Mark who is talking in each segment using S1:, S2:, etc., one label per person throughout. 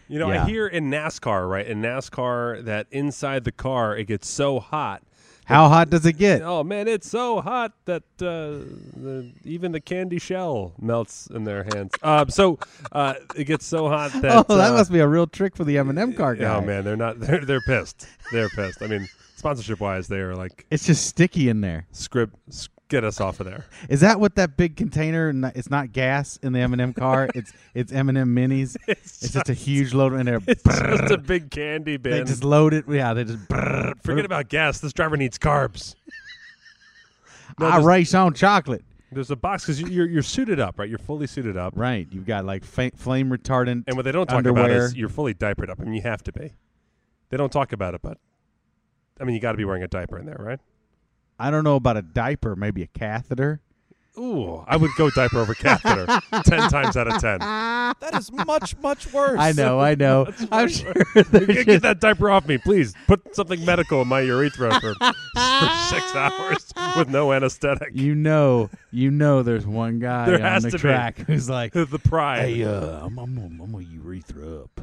S1: You know,
S2: Yeah.
S1: I hear in NASCAR, right? In NASCAR, that inside the car it gets so hot.
S2: how hot does it get?
S1: Oh man, it's so hot that uh, the, even the candy shell melts in their hands. Uh, so uh, it gets so hot that.
S2: oh, that
S1: uh,
S2: must be a real trick for the M&M car guy.
S1: Oh man, they're not. They're they're pissed. They're pissed. I mean, sponsorship wise, they are like
S2: It's just sticky in there.
S1: script. s- Get us off of there.
S2: Is that what that big container? n- It's not gas in the M&M car. it's it's M&M minis. It's, just a huge load in there.
S1: It's just a big candy bin.
S2: They just load it. Yeah, they just brrr,
S1: Forget about gas. This driver needs carbs. No,
S2: I
S1: there's-
S2: race on chocolate.
S1: There's a box because you're you're suited up, right? You're fully suited up,
S2: Right, you've got like fa- flame retardant.
S1: and what they don't talk
S2: underwear.
S1: about is you're fully diapered up. I mean, you have to be. They don't talk about it, but I mean, you got to be wearing a diaper in there, right?
S2: I don't know about a diaper, maybe a catheter.
S1: Ooh, I would go diaper over catheter ten times out of ten.
S3: That is much, much worse.
S2: I know, I know. I'm sure.
S1: You can't get that diaper off me, please. Put something medical in my urethra for, for six hours with no anesthetic.
S2: You know, you know. There's one guy
S1: There
S2: on
S1: has
S2: the
S1: to be.
S2: track who's like,
S1: the pride.
S2: "Hey, uh, I'm, I'm, gonna- I'm gonna urethra up.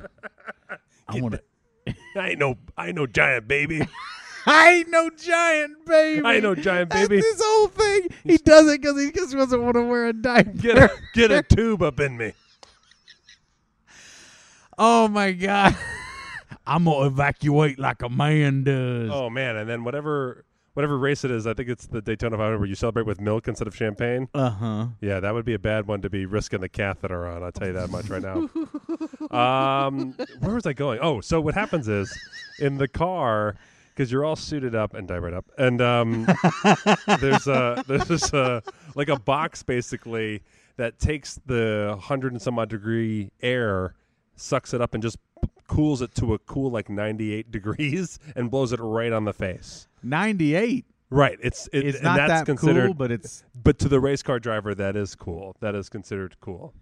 S2: I want to. uh,
S1: I ain't no, I ain't no giant baby.
S2: I ain't no giant baby.
S1: I ain't no giant
S2: That's
S1: baby.
S2: this whole thing. He does it because he just doesn't want to wear a diaper.
S1: Get a, get a tube up in me.
S2: Oh my god. I'm gonna evacuate like a man does.
S1: Oh man! And then whatever whatever race it is, I think it's the Daytona 500 where you celebrate with milk instead of champagne.
S2: Uh huh.
S1: Yeah, that would be a bad one to be risking the catheter on. I'll tell you that much right now. um, where was I going? Oh, so what happens is in the car because you're all suited up and diapered up, and um, there's a there's this, uh, like a box basically that takes the hundred and some odd degree air, sucks it up, and just cools it to a cool like 98 degrees and blows it right on the face.
S2: 98.
S1: Right, it's it,
S2: It's
S1: and
S2: not
S1: that's
S2: that
S1: considered
S2: cool, but it's
S1: but to the race car driver, that is cool. That is considered cool.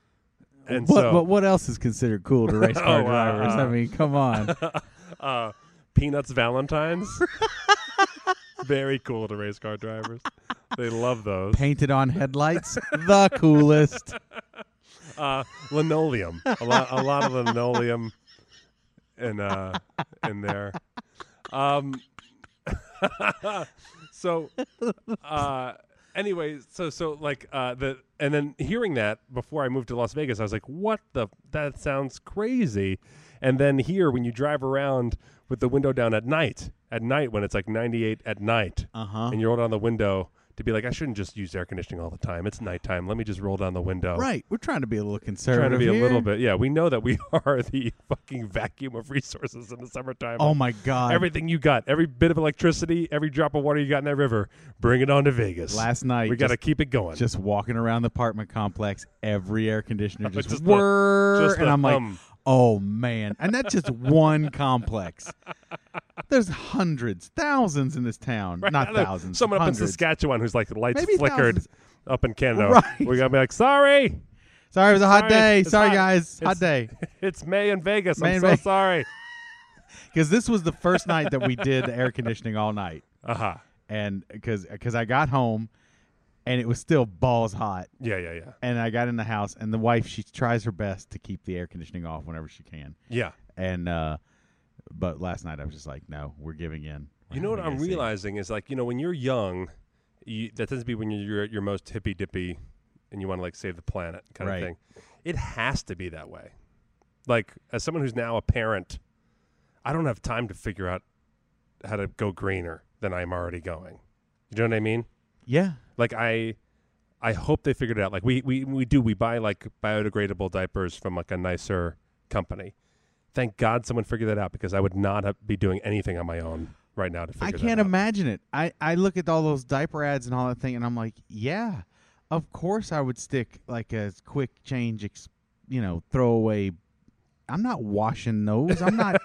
S1: And
S2: what,
S1: so,
S2: but what else is considered cool to race car
S1: Oh, uh,
S2: drivers? I mean, come on.
S1: uh, peanuts Valentines, very cool to race car drivers. They love those.
S2: Painted on headlights, the coolest.
S1: Uh, linoleum, a lot, a lot of linoleum, in uh, in there. Um, so, uh, anyway, so so like uh, the and then hearing that before I moved to Las Vegas, I was like, "What the? That sounds crazy." And then here, when you drive around with the window down at night, at night when it's like 98 at night,
S2: Uh-huh.
S1: and you roll down the window to be like, "I shouldn't just use air conditioning all the time. It's nighttime. Let me just roll down the window."
S2: Right. We're trying to be a little
S1: Trying
S2: conservative.
S1: to be a
S2: here.
S1: little bit, yeah. We know that we are the fucking vacuum of resources in the summertime.
S2: Oh my god.
S1: Everything you got, every bit of electricity, every drop of water you got in that river, bring it on to Vegas.
S2: Last night,
S1: we got to
S2: just-
S1: keep it going.
S2: just walking around the apartment complex, every air conditioner just,
S1: Just the-
S2: whirr,
S1: just
S2: and
S1: the
S2: I'm like,
S1: hum.
S2: oh man, and that's just one complex. There's hundreds, thousands in this town,
S1: Right
S2: not
S1: now,
S2: thousands,
S1: Someone
S2: hundreds.
S1: up in Saskatchewan who's like lights
S2: Maybe
S1: flickered
S2: thousands.
S1: up in Canada.
S2: Right.
S1: We gotta be like, sorry,
S2: Sorry, it was a hot
S1: Sorry,
S2: day.
S1: it's
S2: Sorry,
S1: hot.
S2: guys,
S1: It's-
S2: hot day.
S1: it's May in Vegas.
S2: May
S1: I'm
S2: in
S1: so
S2: Ve-
S1: sorry.
S2: Because this was the first night that we did the air conditioning all night,
S1: Uh huh.
S2: and because I got home, and it was still balls hot,
S1: Yeah, yeah, yeah,
S2: and I got in the house, and the wife she tries her best to keep the air conditioning off whenever she can,
S1: yeah.
S2: and uh But last night I was just like, no, we're giving in. We're
S1: You know what
S2: not
S1: I'm
S2: gonna see it.
S1: realizing is like you know when you're young, you, that tends to be when you're, you're at your most hippy dippy, and you want to like save the planet kind
S2: Right.
S1: of thing. It has to be that way. Like as someone who's now a parent, I don't have time to figure out how to go greener than I'm already going. You know what I mean?
S2: Yeah.
S1: Like I, I hope they figured it out. Like we we we do we buy like biodegradable diapers from like a nicer company. Thank God someone figured that out because I would not have, be doing anything on my own right now to figure.
S2: I
S1: that
S2: can't
S1: out.
S2: imagine it. I, I look at all those diaper ads and all that thing, and I'm like, yeah, of course I would stick like a quick change, ex- you know, throwaway. I'm not washing those. I'm not.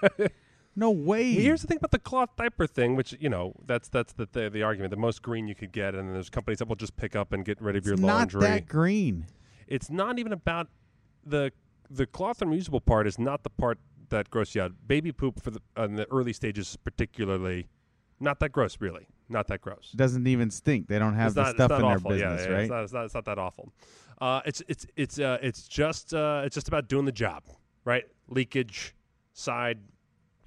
S2: no way.
S1: Here's the thing about the cloth diaper thing, which you know that's that's the the, the argument. The most green you could get, and then there's companies that will just pick up and get rid of
S2: it's
S1: your
S2: not
S1: laundry.
S2: that green.
S1: It's not even about the the cloth and reusable part is not the part that gross you out. Baby poop for the in the early stages, particularly, not that gross. Really, not that gross.
S2: It doesn't even stink. They don't have
S1: it's
S2: the
S1: not, it's
S2: stuff
S1: not
S2: in
S1: awful.
S2: their
S1: Yeah,
S2: business,
S1: yeah,
S2: right?
S1: It's not, it's, not, it's not that awful. Uh, it's it's it's uh, it's just uh, it's just about doing the job, right? Leakage, side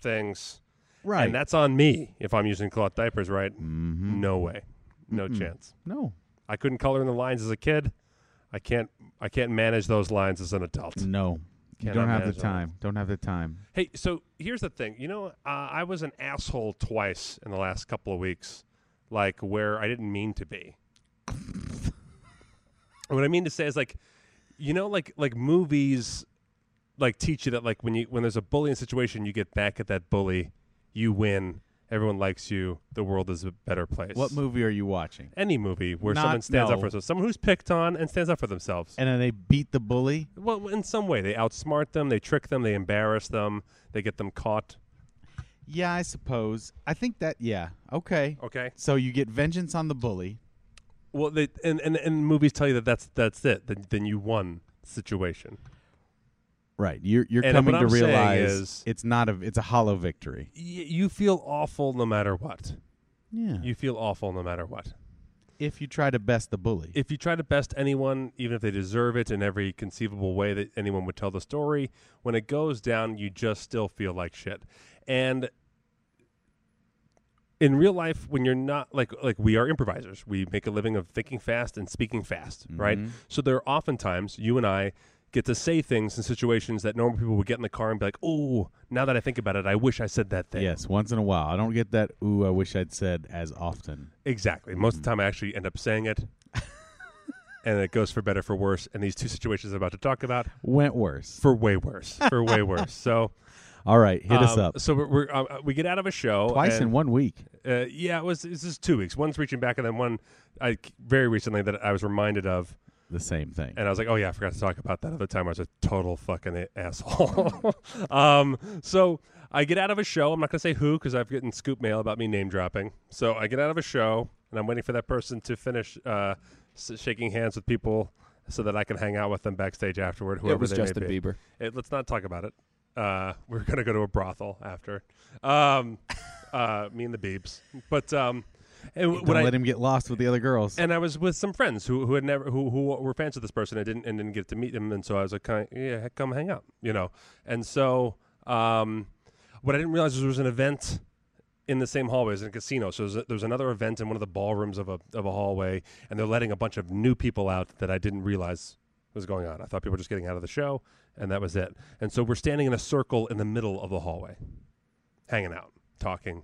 S1: things.
S2: right.
S1: And that's on me if I'm using cloth diapers, right?
S2: Mhm.
S1: No way. No chance.
S2: No.
S1: I couldn't color in the lines as a kid. I can't I can't manage those lines as an adult.
S2: No. You
S1: Cannot
S2: don't have
S1: manage
S2: the
S1: all
S2: time. Don't have the time.
S1: Hey, so here's the thing. You know, uh, I was an asshole twice in the last couple of weeks, like where I didn't mean to be. what I mean to say is like, you know, like like movies, like teach you that like when you when there's a bullying situation, you get back at that bully, you win, everyone likes you, the world is a better place.
S2: What movie are you watching?
S1: Any movie where
S2: Not-
S1: someone stands up
S2: no.
S1: for themselves, someone who's picked on and stands up for themselves.
S2: And then they beat the bully.
S1: well, in some way, they outsmart them, they trick them, they embarrass them, they get them caught.
S2: Yeah, I suppose. I think that. Yeah. Okay.
S1: Okay.
S2: So you get vengeance on the bully.
S1: Well, they and, and, and movies tell you that that's that's it. Then, then you won the situation.
S2: Right. You're you're
S1: And
S2: coming
S1: what
S2: to
S1: I'm saying
S2: realize
S1: is-
S2: it's not a it's a hollow victory.
S1: Y- you feel awful no matter what.
S2: Yeah.
S1: You feel awful no matter what.
S2: if you try to best the bully.
S1: If you try to best anyone, even if they deserve it in every conceivable way that anyone would tell the story, when it goes down, you just still feel like shit. And in real life, when you're not like like we are improvisers, we make a living of thinking fast and speaking fast, right? So there are oftentimes you and I get to say things in situations that normal people would get in the car and be like, "Oh, now that I think about it, I wish I said that thing."
S2: yes, once in a while. I don't get that ooh I wish I'd said as often.
S1: Exactly. Most of
S2: Mm.
S1: the time, I actually end up saying it, and it goes for better for worse. And these two situations I'm about to talk about
S2: Went worse.
S1: for way worse, for way worse. So
S2: All right, hit us
S1: um,
S2: up.
S1: So we're, we're uh, we get out of a show
S2: Twice in
S1: and,
S2: one week.
S1: Uh, yeah, it was this is two weeks. One's reaching back, and then one I very recently that I was reminded of,
S2: The same thing.
S1: and I was like, oh yeah, I forgot to talk about that other time. I was a total fucking a- asshole. um, so I get out of a show. I'm not gonna say who because I've gotten scoop mail about me name dropping. So I get out of a show, and I'm waiting for that person to finish uh, s- shaking hands with people. So that I can hang out with them backstage afterward. Whoever
S3: it was
S1: they may
S3: Justin
S1: be.
S3: Bieber.
S1: It, let's not talk about it. Uh, we're gonna go to a brothel after. Um, uh, me and the Beebs. But um, and
S2: don't
S1: when I
S2: let him get lost with the other girls.
S1: and I was with some friends who, who had never who, who were fans of this person. I didn't and didn't get to meet them, and so I was like, kind of, yeah, come hang out, you know. And so um, what I didn't realize was there was an event in the same hallway as in a casino. So there's, a, there's another event in one of the ballrooms of a of a hallway, and they're letting a bunch of new people out that I didn't realize was going on. I thought people were just getting out of the show, and that was it. And so we're standing in a circle in the middle of the hallway, hanging out, talking,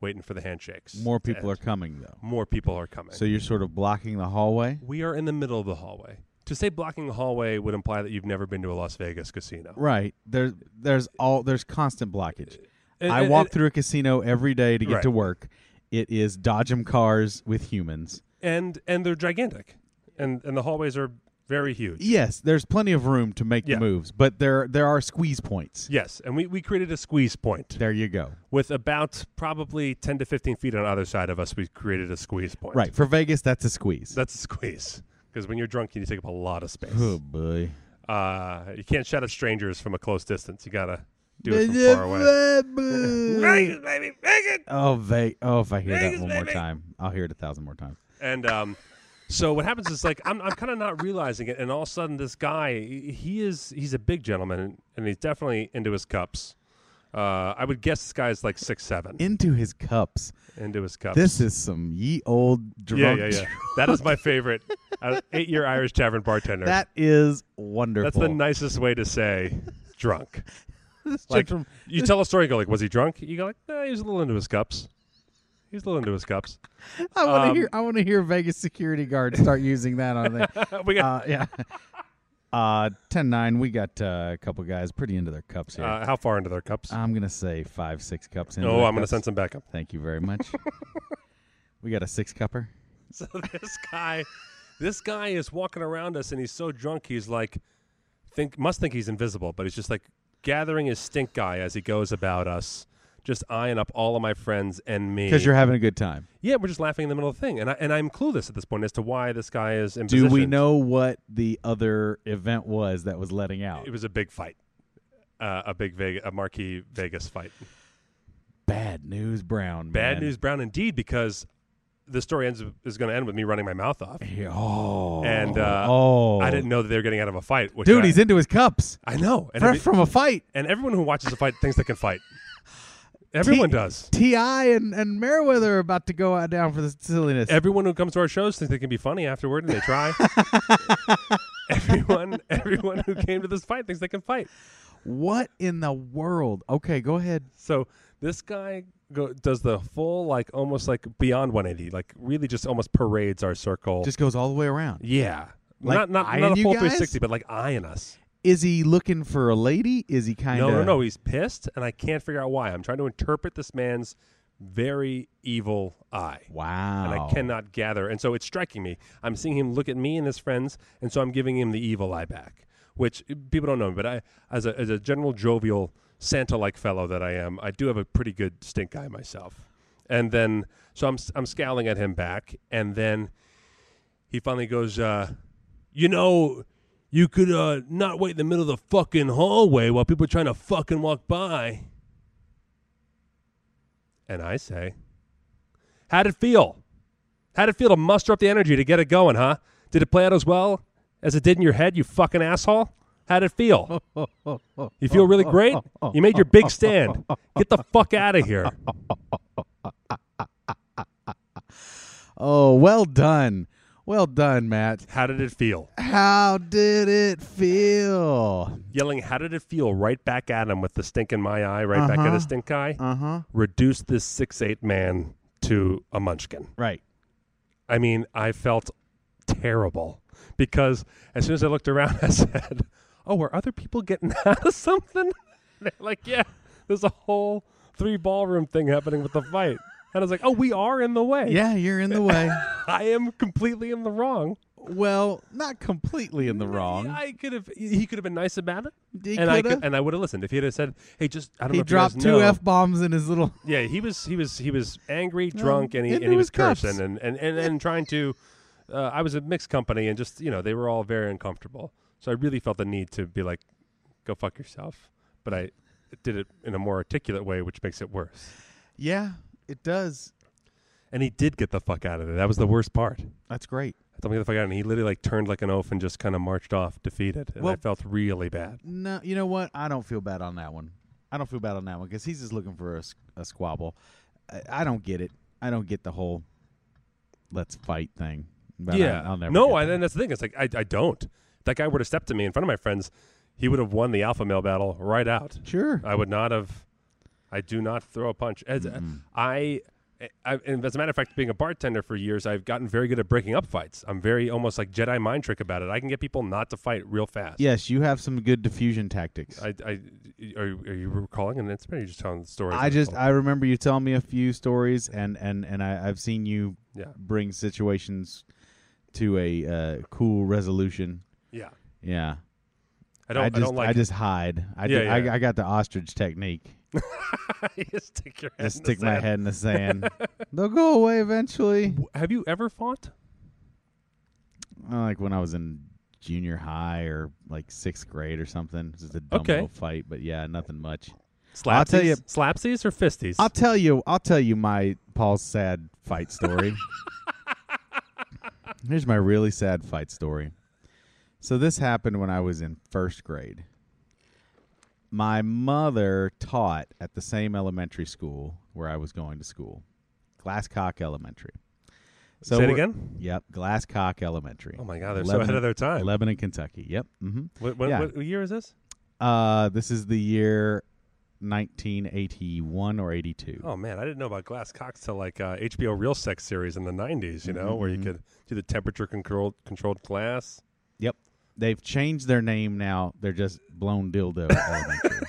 S1: waiting for the handshakes.
S2: More
S1: to
S2: people are
S1: end.
S2: coming though.
S1: more people are coming.
S2: So you're sort of blocking the hallway.
S1: We are in the middle of the hallway. To say blocking the hallway would imply that you've never been to a Las Vegas casino.
S2: Right. There's there's all there's constant blockage.
S1: And-
S2: I
S1: and-
S2: walk through a casino every day to get
S1: Right.
S2: to work. It is dodgem cars with humans.
S1: and and they're gigantic, and and the hallways are very huge.
S2: Yes, there's plenty of room to make
S1: Yeah.
S2: the moves, but there there are squeeze points.
S1: Yes, and we, we created a squeeze point
S2: There you go.
S1: with about probably ten to fifteen feet on either side of us. We created a squeeze point.
S2: Right for Vegas, that's a squeeze.
S1: that's a squeeze because when you're drunk, you take up a lot of space.
S2: oh boy.
S1: Uh, you can't shout at strangers from a close distance. You gotta do it from far away. Vegas, baby, Vegas.
S2: Oh, Ve- oh, if I hear that
S1: Vegas,
S2: one more
S1: baby.
S2: time, I'll hear it a thousand more times.
S1: And um, so what happens is like I'm, I'm kind of not realizing it, and all of a sudden this guy he is he's a big gentleman and he's definitely into his cups. Uh, I would guess this guy's like six seven
S2: into his cups.
S1: into his cups.
S2: This is some ye old
S1: yeah,
S2: drunk.
S1: yeah, yeah. That is my favorite uh, eight year Irish tavern bartender.
S2: That is
S1: That's
S2: wonderful.
S1: the nicest way to say drunk.
S2: This
S1: Like
S2: chick from-
S1: you tell a story, you go like, "Was he drunk?" You go like, "Nah, he was a little into his cups. He's a little into his cups."
S2: I want to
S1: um,
S2: hear. I want to hear Vegas security guards start using that on there.
S1: we got
S2: Uh, yeah. Uh, 10-9, We got uh, a couple guys pretty into their cups here.
S1: uh, how far into their cups?
S2: I'm gonna say five, six cups in.
S1: oh, I'm going to send some back up.
S2: Thank you very much. we got a six cupper.
S1: So this guy, this guy is walking around us, and he's so drunk, he's like, think must think he's invisible, but he's just like gathering his stink eye as he goes about us, just eyeing up all of my friends and me.
S2: Because you're having a good time.
S1: yeah, we're just laughing in the middle of the thing, and I, and I'm clueless at this point as to why this guy is. In
S2: Do we
S1: position.
S2: know what the other event was that was letting out?
S1: It was a big fight, uh, a big Vegas, a marquee Vegas fight.
S2: Bad news, Brown.
S1: Bad
S2: man.
S1: news, Brown, indeed, because the story ends is going to end with me running my mouth off.
S2: Yeah, Oh.
S1: And, uh,
S2: oh.
S1: I didn't know that they were getting out of a fight. Which
S2: Dude,
S1: I,
S2: he's into his cups.
S1: I know, and,
S2: Fresh
S1: every-
S2: from a fight.
S1: and everyone who watches a fight thinks they can fight. Everyone
S2: T-
S1: does.
S2: Ti and and Meriwether are about to go out down for the silliness.
S1: Everyone who comes to our shows thinks they can be funny afterward, and they try. everyone, everyone who came to this fight thinks they can fight.
S2: what in the world? Okay, go ahead.
S1: So this guy go, does the full, like almost like beyond 180, like really just almost parades our circle.
S2: Just goes all the way around.
S1: Yeah.
S2: Like
S1: not not,
S2: eyeing
S1: not a
S2: you
S1: full
S2: guys?
S1: 360, but like eyeing us.
S2: Is he looking for a lady? Is he kind of
S1: no, no, no. He's pissed, and I can't figure out why. I'm trying to interpret this man's very evil eye.
S2: Wow.
S1: And I cannot gather. And so it's striking me. I'm seeing him look at me and his friends, and so I'm giving him the evil eye back, which eh, people don't know. But I, as a, as a general jovial Santa like fellow that I am, I do have a pretty good stink eye myself. And then, so I'm, s- I'm scowling at him back, and then he finally goes, uh, you know, you could uh, not wait in the middle of the fucking hallway while people are trying to fucking walk by. And I say, How'd it feel? How'd it feel to muster up the energy to get it going, huh? Did it play out as well as it did in your head, you fucking asshole? How'd it feel? You feel really great? You made your big stand. Get the fuck out of here.
S2: Oh, well done. Well done, Matt.
S1: How did it feel?
S2: How did it feel?
S1: Yelling, how did it feel? Right back at him with the stink in my eye, right back at
S2: Uh-huh.
S1: his stink eye.
S2: Uh huh.
S1: Reduce this six eight man to a munchkin.
S2: Right.
S1: I mean, I felt terrible because as soon as I looked around, I said, "Oh, are other people getting out of something?" They're like, "Yeah, there's a whole three ballroom thing happening with the fight." And I was like, "Oh, we are in the way.
S2: Yeah, you're in the way.
S1: I am completely in the wrong.
S2: well, not completely in the wrong.
S1: I could have. He could have been nice about it,
S2: He
S1: and I
S2: coulda.
S1: could, and I would have listened if he had said, "Hey, just I don't know."
S2: he
S1: if you guys
S2: dropped two
S1: know-
S2: f bombs in his little.
S1: Yeah, he was he was he was angry, drunk, and he
S2: into
S1: and he was
S2: his cups.
S1: cursing and and and, and trying to. Uh, I was a mixed company, and just you know they were all very uncomfortable. So I really felt the need to be like, "Go fuck yourself," but I did it in a more articulate way, which makes it worse.
S2: Yeah, it does.
S1: And he did get the fuck out of there. That was the worst part. I
S2: That's great.
S1: told him to get the fuck out, and he literally like turned like an oaf and just kind of marched off, defeated. And I
S2: Well-
S1: felt really bad.
S2: No, you know what? I don't feel bad on that one. I don't feel bad on that one because he's just looking for a, s- a squabble. I, I don't get it. I don't get the whole let's fight thing. But I-
S1: yeah,
S2: I'll never
S1: no,
S2: get
S1: and
S2: that.
S1: then that's the thing. It's like I, I don't. If that guy were to step to me in front of my friends, he would have won the alpha male battle right out.
S2: sure.
S1: I would not have. I do not throw a punch. As uh, I, I, and as a matter of fact, being a bartender for years, I've gotten very good at breaking up fights. I'm very almost like Jedi mind trick about it. I can get people not to fight real fast.
S2: Yes, you have some good diffusion tactics.
S1: I, I are, you- are you recalling an incident? Or are you just telling the story?
S2: I just I remember you telling me a few stories, and and and I, I've seen you
S1: Yeah.
S2: bring situations to a uh, cool resolution.
S1: yeah.
S2: Yeah,
S1: I don't. I,
S2: just
S1: don't like.
S2: just hide. I,
S1: Yeah,
S2: do- I-
S1: yeah.
S2: I got the ostrich technique.
S1: I just stick your head.
S2: Just
S1: in the
S2: stick my
S1: sand.
S2: head in the sand. They'll go away eventually.
S1: W- Have you ever fought?
S2: Uh, Like when I was in junior high or like sixth grade or something. It was Just a dumb
S1: Okay.
S2: little fight, but yeah, nothing much.
S1: Slapsies?
S2: I'll tell you-
S1: Slapsies or fisties?
S2: I'll tell you. I'll tell you my Paul's sad fight story. Here's my really sad fight story. So this happened when I was in first grade, My mother taught at the same elementary school where I was going to school, Glasscock Elementary. So
S1: Say it
S2: we're-
S1: again.
S2: Yep, Glasscock Elementary.
S1: Oh my God, they're so ahead of their time.
S2: Lebanon, Kentucky. Yep. hmm
S1: What, what,
S2: Yeah.
S1: what year is this?
S2: Uh, this is the year 1981 or 82.
S1: Oh man, I didn't know about glass cocks till like uh, HBO Real Sex series in the '90s. You know, where you
S2: Mhm.
S1: could do the temperature controlled controlled glass.
S2: They've changed their name now. They're just blown dildo elementary.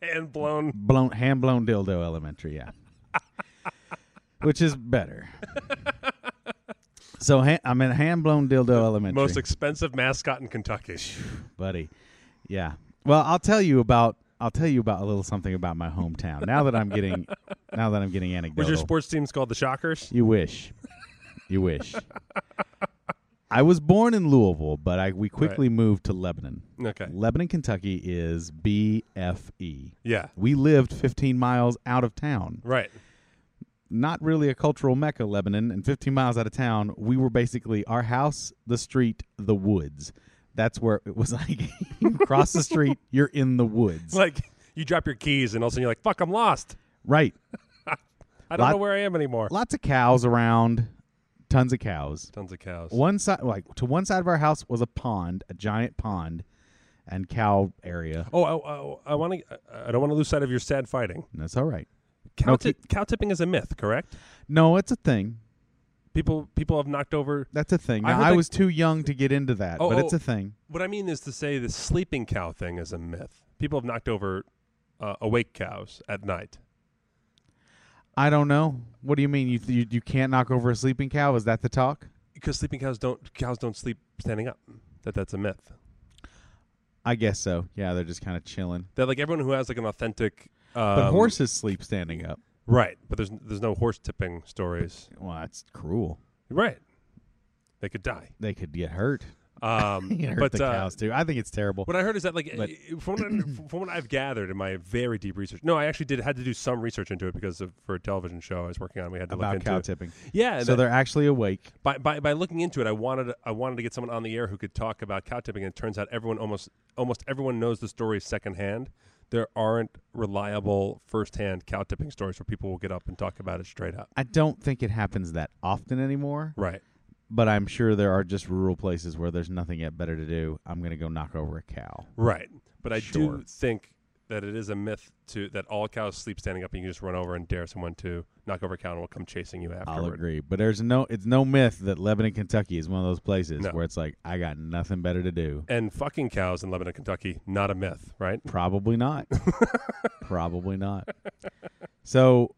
S1: and blown.
S2: Blown hand blown dildo elementary, yeah. Which is better. So ha- I'm in hand blown dildo elementary.
S1: Most expensive mascot in Kentucky.
S2: buddy. Yeah. Well, I'll tell you about I'll tell you about a little something about my hometown. Now that I'm getting now that I'm getting anecdotal.
S1: Was your sports teams called the Shockers?
S2: You wish. You wish. I was born in Louisville, but I we quickly moved to Lebanon.
S1: Okay.
S2: Lebanon, Kentucky is BFE.
S1: Yeah.
S2: We lived 15 miles out of town.
S1: Right.
S2: Not really a cultural mecca, Lebanon, and 15 miles out of town, we were basically our house, the street, the woods. That's where it was like you cross the street, you're in the woods.
S1: Like you drop your keys and all of a sudden you're like, "Fuck, I'm lost.
S2: Right.
S1: I don't
S2: Lot-
S1: know where I am anymore."
S2: Lots of cows around, tons of cows.
S1: Tons of cows.
S2: One side, like to one side of our house was a pond, a giant pond, and cow area.
S1: Oh, I, I, I want to. I don't want to lose sight of your sad fighting.
S2: And that's all right.
S1: Cow,
S2: No,
S1: ti- cow tipping is a myth, correct?
S2: No, it's a thing.
S1: People people have knocked over.
S2: That's a thing.
S1: I
S2: Now,
S1: heard
S2: I,
S1: they-
S2: was too young to get into that,
S1: Oh,
S2: but it's
S1: oh.
S2: a thing.
S1: What I mean is to say the sleeping cow thing is a myth. People have knocked over uh, awake cows at night.
S2: I don't know. What do you mean? You, you you can't knock over a sleeping cow? Is that the talk?
S1: because sleeping cows don't cows don't sleep standing up. That that's a myth.
S2: I guess so. Yeah, they're just kind of chilling.
S1: That like everyone who has like an authentic. Um,
S2: But horses sleep standing up.
S1: right? But there's there's no horse tipping stories,
S2: Well, that's cruel.
S1: right? They could die.
S2: They could get hurt.
S1: Um,
S2: You hurt
S1: but
S2: the
S1: uh,
S2: cows too. I think it's terrible.
S1: what I heard is that like
S2: But-
S1: eh, from, what I, from what I've gathered in my very deep research. No, I actually did had to do some research into it because of, for a television show I was working on, we had to look
S2: About
S1: into.
S2: cow
S1: it.
S2: tipping.
S1: Yeah,
S2: So
S1: that-
S2: they're actually awake.
S1: by, by by looking into it, I wanted I wanted to get someone on the air who could talk about cow tipping. And it turns out everyone almost almost everyone knows the story secondhand. There aren't reliable firsthand cow tipping stories where people will get up and talk about it straight up.
S2: I don't think it happens that often anymore.
S1: Right.
S2: but I'm sure there are just rural places where there's nothing yet better to do. I'm gonna go knock over a cow.
S1: Right. But I
S2: Sure.
S1: do think that it is a myth to that all cows sleep standing up and you can just run over and dare someone to knock over a cow and will come chasing you afterward.
S2: I'll agree, but there's no it's no myth that Lebanon, Kentucky is one of those places
S1: No.
S2: where it's like I got nothing better to do.
S1: And fucking cows in Lebanon, Kentucky, not a myth, right?
S2: Probably not. Probably not. So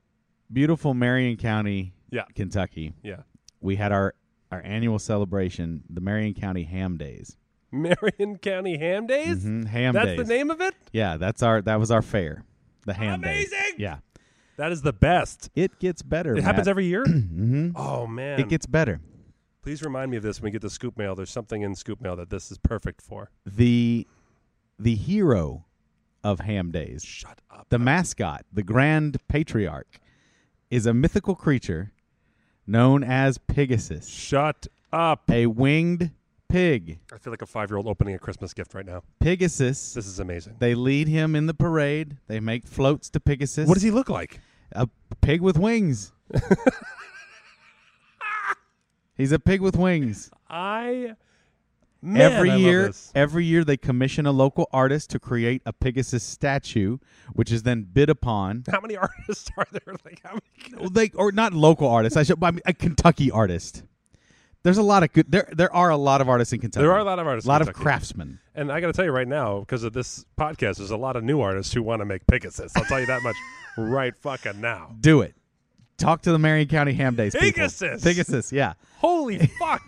S2: beautiful Marion County,
S1: Yeah.
S2: Kentucky.
S1: Yeah.
S2: We had our our annual celebration, the Marion County Ham Days.
S1: Marion County Ham Days?
S2: Mhm, Ham
S1: That's
S2: Days.
S1: the name of it?
S2: Yeah, that's our that was our fair. The Ham Days.
S1: Amazing!
S2: Yeah.
S1: That is the best.
S2: It gets better.
S1: It happens every year?
S2: hmm
S1: Oh man!
S2: It gets better.
S1: Please remind me of this when we get the scoop mail. There's something in scoop mail that this is perfect for.
S2: the the hero of ham days
S1: Shut up.
S2: the mascot the grand patriarch is a mythical creature known as pegasus
S1: Shut up.
S2: a winged pig
S1: I feel like a five year old opening a Christmas gift right now.
S2: pegasus
S1: This is amazing.
S2: they lead him in the parade they make floats to pegasus
S1: What does he look like?
S2: a pig with wings he's a pig with wings
S1: I man,
S2: every
S1: I love
S2: year
S1: this.
S2: every year they commission a local artist to create a pegasus statue which is then bid upon
S1: How many artists are there? Like how many?
S2: like or not local artists. I should, I mean, a Kentucky artist. There's a lot of good. There, there are a lot of artists in Kentucky.
S1: There are a lot of artists.
S2: a lot
S1: in
S2: of
S1: Kentucky.
S2: craftsmen.
S1: And I got to tell you right now, because of this podcast, there's a lot of new artists who want to make Pegasus. I'll tell you that much right fucking now.
S2: Do it. Talk to the Marion County Ham Days people.
S1: Pegasus.
S2: Pegasus. Yeah,
S1: Holy fuck!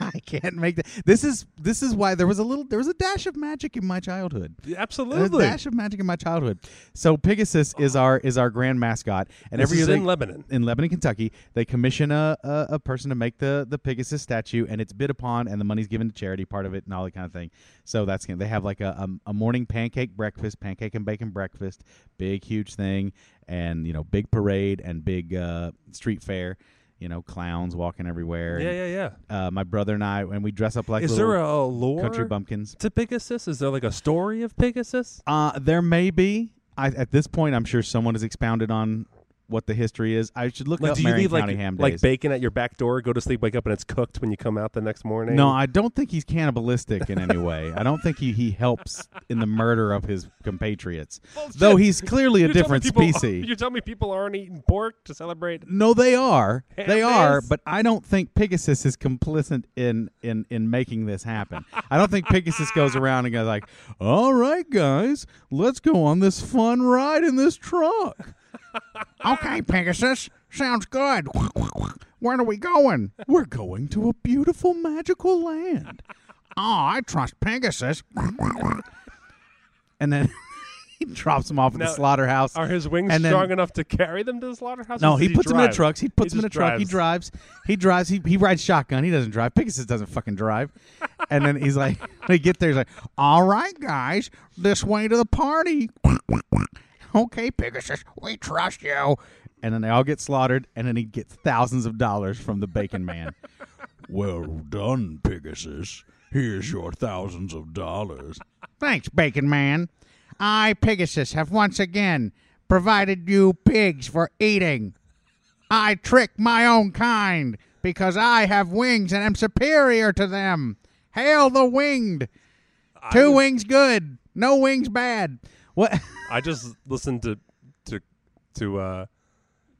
S2: I can't make that. This is this is why there was a little there was a dash of magic in my childhood.
S1: Absolutely.
S2: There was a dash of magic in my childhood. So Pegasus is our is our grand mascot, and
S1: This
S2: every year
S1: is
S2: they,
S1: in Lebanon.
S2: in Lebanon, Kentucky, they commission a, a, a person to make the, the Pegasus statue, and it's bid upon, and the money's given to charity, part of it, and all that kind of thing. So that's they have like a, a, a morning pancake breakfast, pancake and bacon breakfast, big huge thing, and you know big parade and big uh, street fair. You you know, clowns walking everywhere.
S1: Yeah, yeah, yeah.
S2: yeah. Uh, my brother and I, and we dress up like
S1: Is
S2: little
S1: there a, a lore
S2: country bumpkins.
S1: to Pegasus? Is there like a story of Pegasus?
S2: Uh, there may be. I, at this point, I'm sure someone has expounded on what the history is. I should look
S1: Like,
S2: up
S1: do you
S2: Marion
S1: leave
S2: County
S1: like,
S2: ham
S1: like
S2: days.
S1: bacon at your back door, go to sleep, wake up, and it's cooked when you come out the next morning?
S2: no, I don't think he's cannibalistic in any way. I don't think he, he helps in the murder of his compatriots.
S1: Bullshit.
S2: Though he's clearly a
S1: You're telling
S2: different
S1: me people-
S2: species.
S1: You're telling me people aren't eating pork to celebrate?
S2: No, they are.
S1: Ham
S2: they are,
S1: days?
S2: but I don't think Pegasus is complicit in in in making this happen. I don't think Pegasus goes around and goes like, "All right, guys, let's go on this fun ride in this truck." okay, Pegasus, sounds good. Where are we going? We're going to a beautiful magical land. Oh, I trust Pegasus. and then he drops him off at
S1: Now,
S2: the slaughterhouse.
S1: Are his wings
S2: And then-
S1: strong enough to carry them to the slaughterhouse?
S2: No,
S1: or
S2: he
S1: does
S2: puts them in a
S1: drive?
S2: trucks. He puts them in a
S1: just
S2: truck. He drives. He drives. He, he rides shotgun. He doesn't drive. Pegasus doesn't fucking drive. And then he's like, when they get there, he's like, all right, guys, this way to the party. okay, Pegasus, we trust you. And then they all get slaughtered, and then he gets thousands of dollars from the bacon man.
S4: Well done, Pegasus. Here's your thousands of dollars.
S2: Thanks, Bacon Man. I, Pegasus, have once again provided you pigs for eating. I trick my own kind because I have wings and am superior to them. Hail the winged! Two wings good, no wings bad. What?
S1: I just listened to to to uh,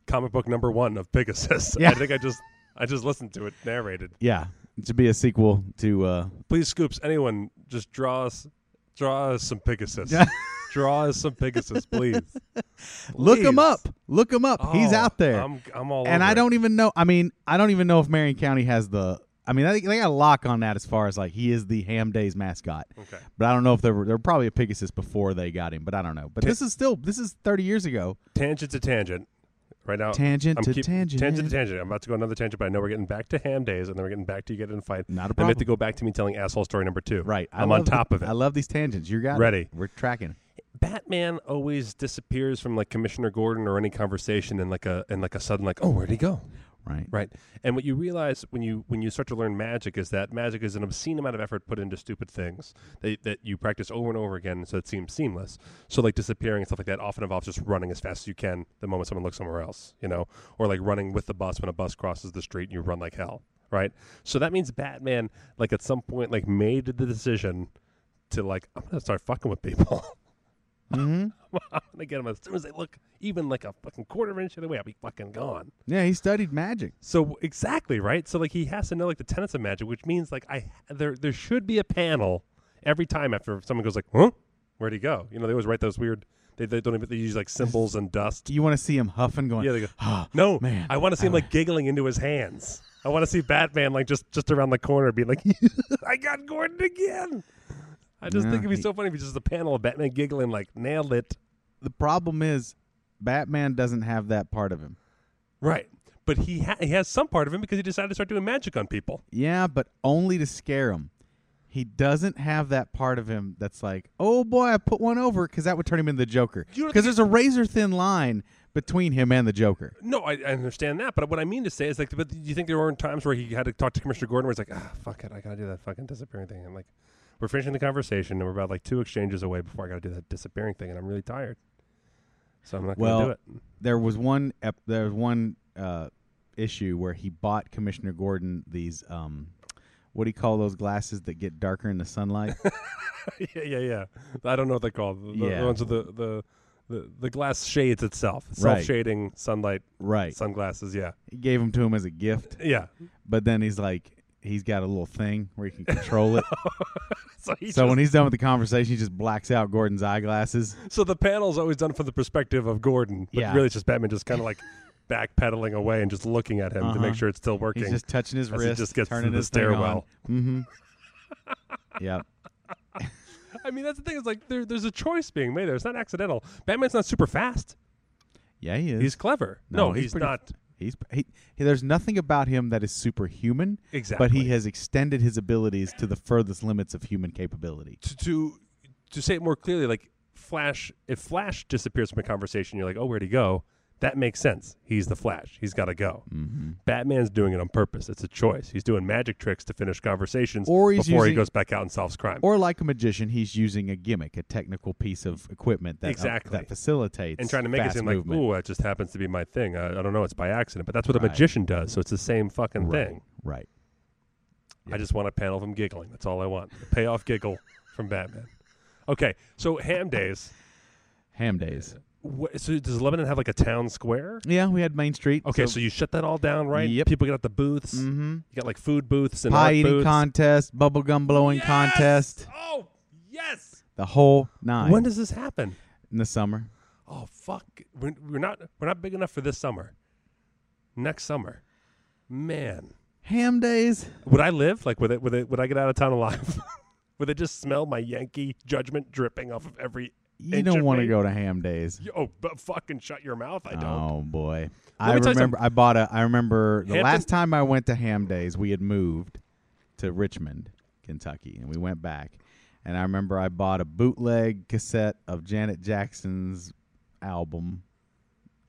S1: comic book number one of Pegasus.
S2: Yeah.
S1: I think I just I just listened to it narrated.
S2: Yeah, to be a sequel to. uh
S1: Please, Scoops, anyone, just draw us draw us some Pegasus. draw us some Pegasus, please.
S2: Look him
S1: Please.
S2: up. Look him up. He's
S1: Oh,
S2: out there.
S1: I'm I'm all
S2: and
S1: over
S2: I
S1: it.
S2: don't even know. I mean, I don't even know if Marion County has the. I mean, I think they got a lock on that as far as like he is the Ham Days mascot.
S1: Okay.
S2: But I don't know if there were there were probably a Pegasus before they got him. But I don't know. But this is still this is thirty years ago.
S1: tangent to tangent. Right now,
S2: Tangent
S1: Oh, I'm
S2: to
S1: keep-
S2: tangent.
S1: Tangent to tangent. I'm about to go another tangent, but I know we're getting back to ham days, and then we're getting back to you get in a fight.
S2: Not a
S1: Then we have to
S2: problem.
S1: go back to me telling asshole story number two.
S2: Right. I
S1: I'm on
S2: love the-
S1: top of it.
S2: I love these tangents. You got it.
S1: Ready.
S2: We're tracking.
S1: Batman always disappears from like Commissioner Gordon or any conversation, in like a and like a sudden like, oh, where'd he go?
S2: Right.
S1: Right. And what you realize when you when you start to learn magic is that magic is an obscene amount of effort put into stupid things that that you practice over and over again, so it seems seamless. So like disappearing and stuff like that often involves just running as fast as you can the moment someone looks somewhere else, you know, or like running with the bus when a bus crosses the street and you run like hell. Right. So that means Batman, like at some point, like made the decision to like I'm gonna start fucking with people.
S2: hmm
S1: I'm gonna get them as soon as they look even like a fucking quarter of an inch of the way. I'll be fucking gone.
S2: Yeah, he studied magic.
S1: So exactly right. So like he has to know like the tenets of magic, which means like I there there should be a panel every time after someone goes like, huh, where'd he go? You know they always write those weird. They, they don't even they use like symbols and dust.
S2: Do you want to see him huffing, going?
S1: Yeah, they go.
S2: "Ah,
S1: No,
S2: man,
S1: I want to see him
S2: I-
S1: like giggling into his hands. I want to see Batman like just just around the corner being like, I got Gordon again. I just
S2: Yeah,
S1: think it'd be
S2: he-
S1: so funny if it's just a panel of Batman giggling like nailed it.
S2: The problem is, Batman doesn't have that part of him.
S1: Right. But he ha- he has some part of him because he decided to start doing magic on people.
S2: Yeah, but only to scare him. He doesn't have that part of him that's like, oh boy, I put one over because that would turn him into the Joker.
S1: You don't
S2: Because there's a razor thin line between him and the Joker.
S1: No, I, I understand that, but what I mean to say is like, but do you think there weren't times where he had to talk to Commissioner Gordon, where he's like, ah, fuck it, I gotta do that fucking disappearing thing, and like, we're finishing the conversation, and we're about like two exchanges away before I gotta do that disappearing thing, and I'm really tired, so I'm not gonna
S2: Well-
S1: do it.
S2: There was one ep- there was one uh, issue where he bought Commissioner Gordon these um, what do you call those glasses that get darker in the sunlight?
S1: yeah, yeah, yeah. I don't know what they call the, the-
S2: Yeah.
S1: the ones with the the. The, the glass shades itself,
S2: Right.
S1: self-shading sunlight
S2: right.
S1: sunglasses. Yeah,
S2: He gave them to him as a gift,
S1: yeah.
S2: but then he's like, he's got a little thing where he can control it.
S1: So, Oh, he
S2: so
S1: just,
S2: when he's done with the conversation, he just blacks out Gordon's eyeglasses.
S1: so the panel's always done from the perspective of Gordon, but
S2: Yeah.
S1: really it's just Batman just kind of like backpedaling away and just looking at him to
S2: Uh-huh.
S1: make sure it's still working.
S2: He's just touching his
S1: as he
S2: wrist,
S1: just gets to
S2: turning
S1: the
S2: his thing on.
S1: stairwell.
S2: Mhm. yep.
S1: I mean, that's the thing. Is like there, there's a choice being made there. It's not accidental. Batman's not super fast.
S2: Yeah, he is.
S1: He's clever. No,
S2: No,
S1: he's,
S2: he's pretty-
S1: not.
S2: He's he, he- There's nothing about him that is superhuman,
S1: Exactly.
S2: but he has extended his abilities to the furthest limits of human capability.
S1: to, to to say it more clearly. Like Flash, if Flash disappears from a conversation, you're like, oh, where'd he go? That makes sense. He's the Flash. He's got to go.
S2: Mm-hmm.
S1: Batman's doing it on purpose. It's a choice. He's doing magic tricks to finish conversations
S2: Or he's
S1: before he
S2: using-
S1: goes back out and solves crime.
S2: Or like a magician, he's using a gimmick, a technical piece of equipment that uh,
S1: Exactly.
S2: that facilitates
S1: and trying to make it
S2: fast
S1: seem
S2: movement.
S1: like, ooh, that just happens to be my thing. I, I don't know. It's by accident, but that's what a
S2: Right.
S1: magician does. So it's the same fucking
S2: right,
S1: thing.
S2: right.
S1: I just want a panel of him giggling. That's all I want. A payoff giggle from Batman. Okay, so Ham Days.
S2: Ham days.
S1: Wh- so does Lebanon have like a town square?
S2: Yeah, we had Main Street.
S1: Okay, so, you shut that all down, right?
S2: Yep.
S1: People get out the booths.
S2: hmm
S1: You got like food booths and
S2: pie
S1: art
S2: eating
S1: booths.
S2: contest, bubblegum blowing
S1: Yes!
S2: contest,
S1: Oh yes.
S2: the whole nine
S1: When does this happen?
S2: in the summer.
S1: Oh fuck, we're, we're not we're not big enough for this summer. Next summer, man,
S2: Ham days.
S1: would I live? Like, would it, would it, would I get out of town alive? would they just smell my Yankee judgment dripping off of every?
S2: You
S1: It
S2: don't
S1: should
S2: want to
S1: be.
S2: go to ham days.
S1: Oh, but fucking shut your mouth! I don't.
S2: Oh boy. I
S1: me tell you
S2: remember I bought a I remember the
S1: Hampton-
S2: last time I went to Ham Days, we had moved to Richmond, Kentucky, and we went back. And I remember I bought a bootleg cassette of Janet Jackson's album.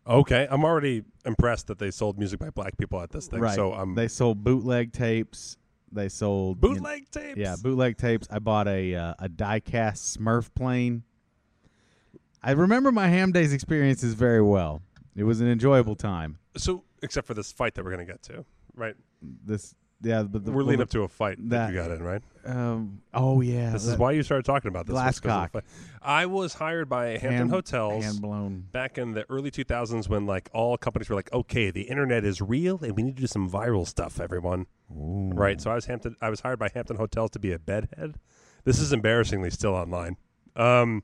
S1: Okay, I'm already impressed that they sold music by black people at this thing. So um, I'm
S2: they sold bootleg tapes. They sold you know-
S1: bootleg tapes.
S2: yeah, bootleg tapes. I bought a uh, a diecast Smurf plane. I remember my Ham Days experiences very well. It was an enjoyable time.
S1: so except for this fight that we're gonna get to, right?
S2: This yeah, but the,
S1: we're leading up to a fight that,
S2: that-
S1: you got in, right?
S2: Um, oh yeah,
S1: This
S2: that-
S1: is why you started talking about this. was 'cause of the
S2: Glasscock.
S1: fight. I was hired by Hampton
S2: hand-
S1: Hotels.
S2: hand blown.
S1: back in the early 2000s when like all companies were like okay the internet is real and we need to do some viral stuff everyone right? so i was hampton i was hired by hampton hotels to be a bedhead this is embarrassingly still online um,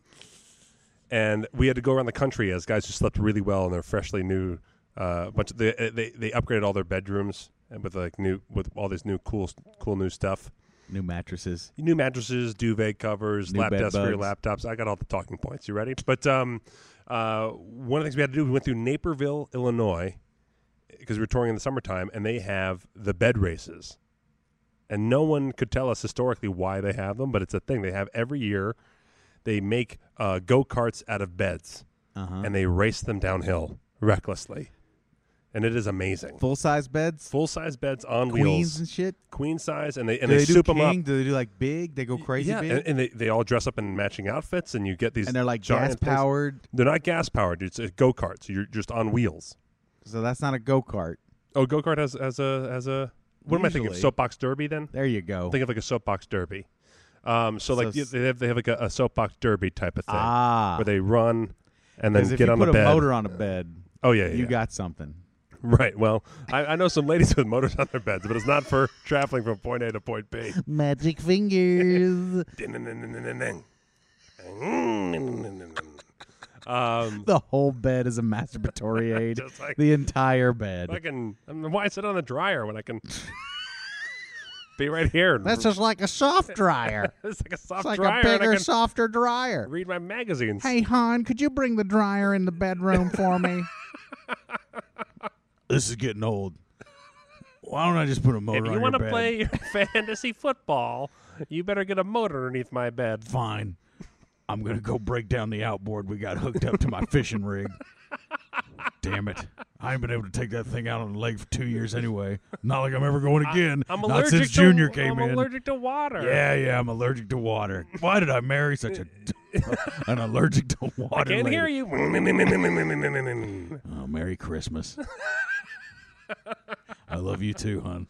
S1: and we had to go around the country as guys who slept really well and they're freshly new uh bunch of, they, they they upgraded all their bedrooms and with like new with all this new cool cool new stuff
S2: New mattresses.
S1: new mattresses, duvet covers,
S2: New
S1: lap
S2: bed
S1: desks for your
S2: bugs.
S1: laptops. I got all the talking points. You ready? But um, uh, one of the things we had to do, we went through Naperville, Illinois, because we were touring in the summertime, and they have the bed races. And no one could tell us historically why they have them, but it's a thing they have every year. They make uh, go karts out of beds
S2: Uh huh.
S1: and they race them downhill recklessly, and it is amazing.
S2: Full size beds,
S1: Full size beds on
S2: queens
S1: wheels,
S2: and shit.
S1: queen size, and they and
S2: do
S1: they,
S2: they do
S1: soup
S2: king?
S1: them up.
S2: Do they do like big? They go crazy
S1: Yeah,
S2: big.
S1: and, and they, they all dress up in matching outfits, and you get these.
S2: And they're like
S1: giant
S2: gas
S1: things.
S2: powered.
S1: They're not gas powered. It's a go kart, so you're just on wheels.
S2: So that's not a go kart.
S1: Oh, go kart has has a has a. What am I thinking? of?
S2: Usually-
S1: Soapbox derby? Then
S2: There you go.
S1: think of like a soapbox derby. Um, so, like
S2: So
S1: yeah,
S2: s-
S1: they have they have like a, a soapbox derby type of thing
S2: ah,
S1: where they run and then
S2: because if
S1: get
S2: you
S1: on
S2: put
S1: the
S2: a
S1: bed.
S2: motor on a bed,
S1: oh yeah, yeah,
S2: you
S1: yeah.
S2: got something.
S1: right. Well, I, I know some ladies with motors on their beds, but it's not for traveling from point A to point B.
S2: Magic fingers.
S1: Um,
S2: the whole bed is a masturbatory aid.
S1: Just like-
S2: the entire bed.
S1: I can. I mean, why sit on the dryer when I can be right here?
S2: that's just like a soft dryer.
S1: it's like a soft
S2: it's like
S1: dryer,
S2: a
S1: and I
S2: bigger,
S1: can
S2: softer dryer.
S1: read my magazines.
S2: Hey, hon, could you bring the dryer in the bedroom for me? this is getting old.
S4: Why don't I just put a motor
S1: if
S4: on
S1: you
S4: your
S1: want to
S4: bed?
S1: play your fantasy football, you better get a motor underneath my bed.
S4: Fine. I'm gonna go break down the outboard we got hooked up to my fishing rig. Damn it! I ain't been able to take that thing out on the lake for two years anyway. Not like I'm ever going again.
S1: I'm
S4: Not
S1: allergic
S4: since
S1: to
S4: Junior came
S1: I'm
S4: in.
S1: allergic to water.
S4: Yeah, yeah, I'm allergic to water. Why did I marry such a an allergic to water?
S1: I can't
S4: lady?
S1: hear you.
S4: Oh, Merry Christmas. I love you too, hon.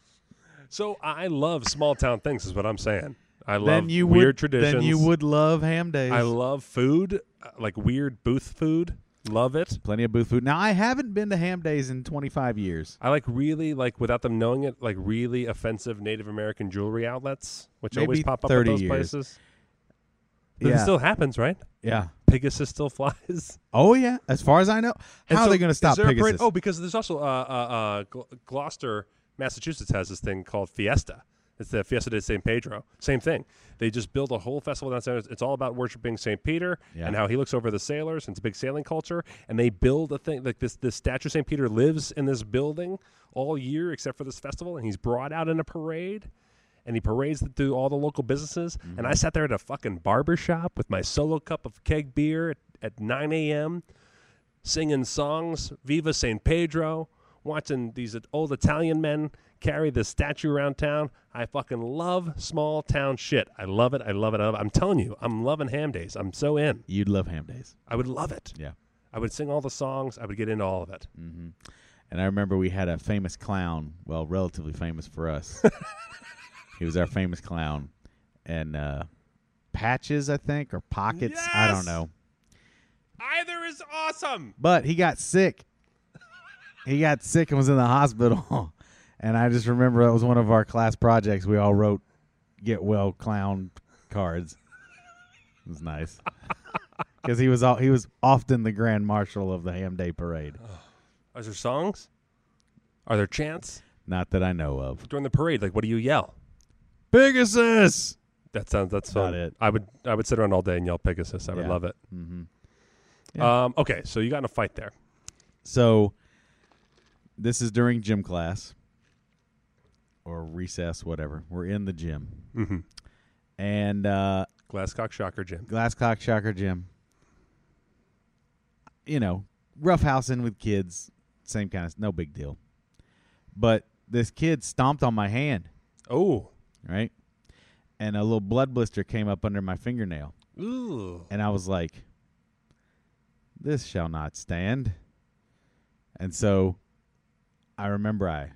S1: so I love small town things. Is what I'm saying. I love
S2: Then you
S1: weird
S2: would,
S1: traditions.
S2: Then you would love ham days.
S1: I love food, uh, like weird booth food. Love it.
S2: Plenty of booth food. Now I haven't been to ham days in 25 years.
S1: I like really like without them knowing it, like really offensive Native American jewelry outlets, which
S2: Maybe
S1: always pop up at
S2: 30
S1: those
S2: years.
S1: places. But It
S2: Yeah.
S1: still happens, right?
S2: Yeah.
S1: Pegasus still flies.
S2: Oh yeah. As far as I know,
S1: And
S2: how
S1: so
S2: are they going to
S1: is
S2: stop
S1: there a
S2: Pegasus?
S1: parade- Oh, because there's also uh, uh, uh, Gl- Gloucester, Massachusetts has this thing called Fiesta. It's the Fiesta de San Pedro. Same thing. They just build a whole festival downstairs. It's all about worshiping St. Peter
S2: Yeah.
S1: and how he looks over the sailors. And it's a big sailing culture. And they build a thing like this. This statue of St. Peter lives in this building all year except for this festival. And he's brought out in a parade. And he parades through all the local businesses.
S2: Mm-hmm.
S1: And I sat there at a fucking barber shop with my solo cup of keg beer at, at 9 a.m singing songs, Viva San Pedro, watching these old Italian men carry the statue around town. I fucking love small town shit. I love it. I love it. I love it. I'm telling you, I'm loving Ham Days. I'm so in.
S2: You'd love ham days.
S1: I would love it.
S2: Yeah. Mm.
S1: I would sing all the songs. I would get into all of it.
S2: And I remember we had a famous clown, well, relatively famous for us. he was our famous clown. And uh, Patches, I think, or Pockets. I
S1: Yes!
S2: don't know.
S1: Either is awesome.
S2: But he got sick. he got sick and was in the hospital. and I just remember that was one of our class projects. We all wrote get well clown cards. It was nice. Because he was all, he was often the grand marshal of the ham day parade.
S1: Are there songs? Are there chants
S2: Not that I know of.
S1: during the parade? Like, what do you yell?
S2: Pegasus.
S1: That sounds. That's fun.
S2: Not it.
S1: I would. I would sit around all day and yell Pegasus. I would
S2: Yeah.
S1: love it.
S2: Mm-hmm.
S1: Um, okay, so you got in a fight there.
S2: So this is during gym class or recess, whatever. We're in the gym.
S1: Mm-hmm.
S2: And uh
S1: Glasscock Shocker Jim.
S2: Glasscock Shocker Gym. You know, roughhousing with kids, same kind of no big deal. But this kid stomped on my hand,
S1: Oh.
S2: right? And a little blood blister came up under my fingernail.
S1: Ooh.
S2: And I was like, this shall not stand. And so I remember I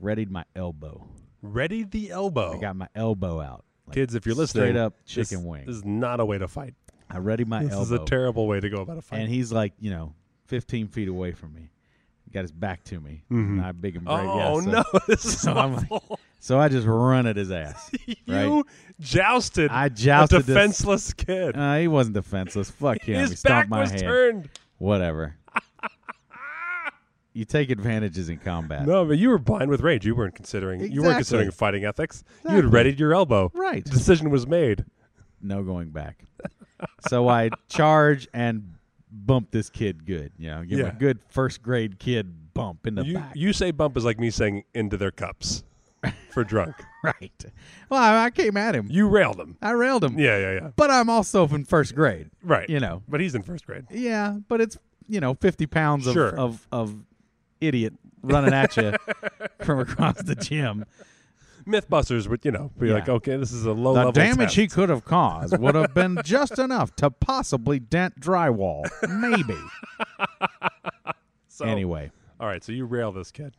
S2: readied my elbow.
S1: Ready the elbow.
S2: I got my elbow out. Like,
S1: Oh. Kids, if you're listening,
S2: Straight up
S1: this-
S2: chicken wing.
S1: This is not a way to fight.
S2: I readied my
S1: this
S2: elbow.
S1: is a terrible way to go about a fight.
S2: and he's like, you know, 15 feet away from me. He got his back to me.
S1: Mhm.
S2: Not big and bright.
S1: oh
S2: yeah, so,
S1: no, this is
S2: so I'm like,
S1: awful.
S2: So I just run at his ass. right?
S1: You jousted.
S2: I jousted
S1: a
S2: this-
S1: defenseless kid.
S2: Uh, he wasn't defenseless. Fuck him. he
S1: His back
S2: stomped my
S1: was
S2: hand.
S1: turned.
S2: Whatever. you take advantages in combat.
S1: No, but you were blind with rage. You weren't considering. You weren't
S2: Uh, Exactly.
S1: considering fighting ethics. You had
S2: Exactly.
S1: readied your elbow.
S2: Right.
S1: Decision was made.
S2: no going back. so I charge and bump this kid good. You know, give him
S1: Yeah.
S2: a good first grade kid bump in the
S1: You
S2: back.
S1: you say bump is like me saying into their cups for drunk.
S2: right. Well, I, I came at him.
S1: You rail them.
S2: I railed him.
S1: Yeah, yeah, yeah.
S2: But I'm also in first grade.
S1: Right.
S2: You know.
S1: But he's in first grade.
S2: Yeah, but it's you know fifty pounds of
S1: Sure.
S2: of, of idiot running at you from across the gym.
S1: Mythbusters would, you know, be
S2: Yeah.
S1: like, okay, this is a low
S2: The
S1: level.
S2: damage
S1: test.
S2: he could have caused would have been just enough to possibly dent drywall, maybe.
S1: So,
S2: Anyway,
S1: All right, so you rail this kid.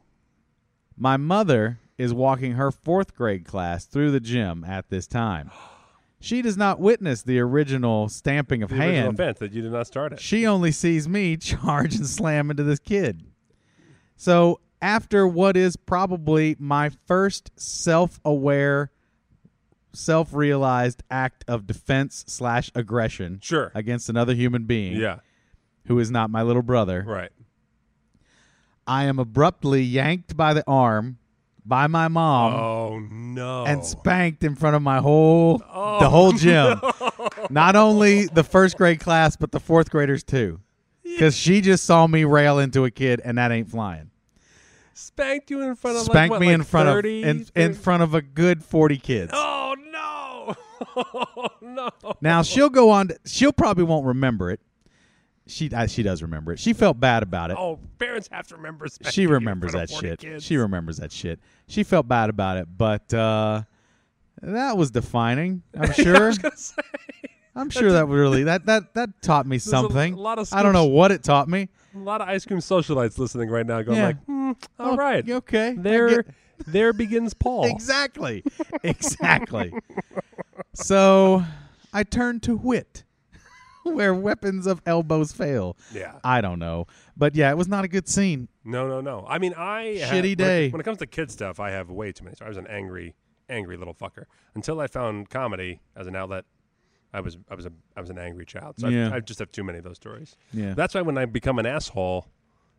S2: my mother is walking her fourth grade class through the gym at this time. She does not witness the original stamping of
S1: The original
S2: hand.
S1: offense that you did not start it.
S2: She only sees me charge and slam into this kid. So after what is probably my first self-aware, self-realized act of defense slash aggression
S1: Sure.
S2: against another human being
S1: yeah.
S2: who is not my little brother,
S1: Right.
S2: I am abruptly yanked by the arm by my mom
S1: Oh Oh. no.
S2: Um, and spanked in front of my whole the whole gym. Not only the first grade class, but the fourth graders too. Because she just saw me rail into a kid, and that ain't flying.
S1: spanked you in front of like,
S2: Spanked
S1: what,
S2: me
S1: like
S2: in front
S1: 30,
S2: of in, in
S1: 30?
S2: front of a good forty kids.
S1: Oh no. oh no.
S2: Now she'll go on. To, she'll probably won't remember it. She uh, she does remember it. She felt bad about it.
S1: Oh, parents have to remember. spanking
S2: she
S1: you in
S2: remembers
S1: front
S2: that
S1: of 40
S2: shit.
S1: Kids.
S2: She remembers that shit. She felt bad about it, but uh, that was defining. I'm sure. I'm sure that would really that that that taught me
S1: a
S2: something.
S1: lot of
S2: I don't know what it taught me.
S1: A lot of ice cream socialites listening right now, going
S2: Yeah.
S1: like, hmm, all
S2: Oh,
S1: right,
S2: okay, I
S1: there,
S2: get-
S1: there begins Paul.
S2: exactly, exactly. so I turned to wit, where weapons of elbows fail.
S1: Yeah.
S2: I don't know, but yeah, it was not a good scene.
S1: No, no, no. I mean, I ha-
S2: Shitty
S1: when it-
S2: day.
S1: When it comes to kid stuff, I have way too many. So I was an angry, angry little fucker until I found comedy as an outlet. I was, I was a, I was an angry child. So
S2: Yeah.
S1: I, I just have too many of those stories.
S2: Yeah.
S1: That's why when I become an asshole.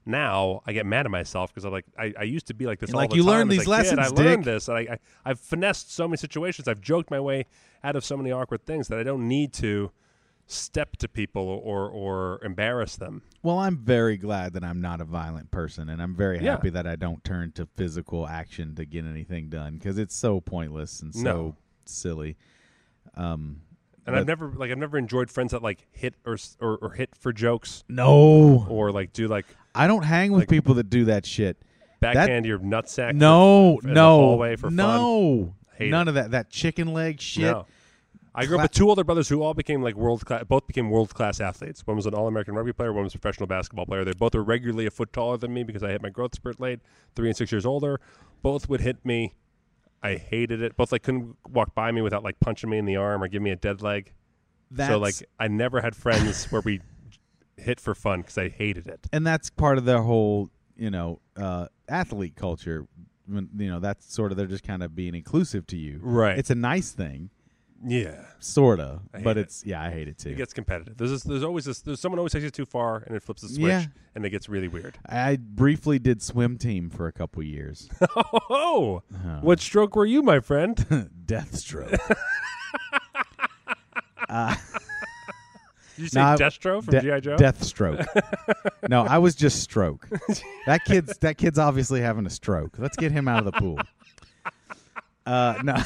S1: Now I get mad at myself because I'm like I, I used to be like this.
S2: You're
S1: all
S2: like,
S1: the
S2: "You
S1: time
S2: learned
S1: as a
S2: these
S1: kid.
S2: lessons,
S1: I learned
S2: dick."
S1: this. And I, I I've finessed so many situations. I've joked my way out of so many awkward things that I don't need to step to people or or embarrass them.
S2: Well, I'm very glad that I'm not a violent person, and I'm very
S1: Yeah.
S2: happy that I don't turn to physical action to get anything done because it's so pointless and so
S1: No.
S2: silly. Um,
S1: And I've never like I've never enjoyed friends that like hit or s- or, or hit for jokes
S2: No,
S1: or like do like
S2: I don't hang with people that do that shit.
S1: backhand your nutsack.
S2: No,
S1: in the
S2: no,
S1: hallway for fun.
S2: no,
S1: Hate
S2: none of that. That chicken leg shit.
S1: No. I grew up
S2: Cla-
S1: with two older brothers who all became like world class, both became world class athletes. One was an All American rugby player, one was a professional basketball player. They both were regularly a foot taller than me because I hit my growth spurt late, three and six years older. Both would hit me. I hated it. Both like couldn't walk by me without like punching me in the arm or giving me a dead leg.
S2: That's,
S1: So like I never had friends where we hit for fun because I hated it.
S2: and that's part of their whole, you know, uh, athlete culture. When, you know, that's sort of they're just kind of being inclusive to you.
S1: Right.
S2: It's a nice thing,
S1: Yeah.
S2: sort of,
S1: I hate
S2: but
S1: it.
S2: it's yeah, I hate it too.
S1: It gets competitive. There's this, there's always this. There's someone always takes it too far and it flips the switch
S2: Yeah.
S1: and it gets really weird.
S2: I briefly did swim team for a couple years.
S1: Oh, what stroke were you, my friend?
S2: Deathstroke.
S1: Did you say
S2: No, I-
S1: Destro from
S2: De-
S1: GI Joe?
S2: Deathstroke. no, I was just stroke. That kid's that kid's obviously having a stroke. Let's get him out of the pool. Uh, no,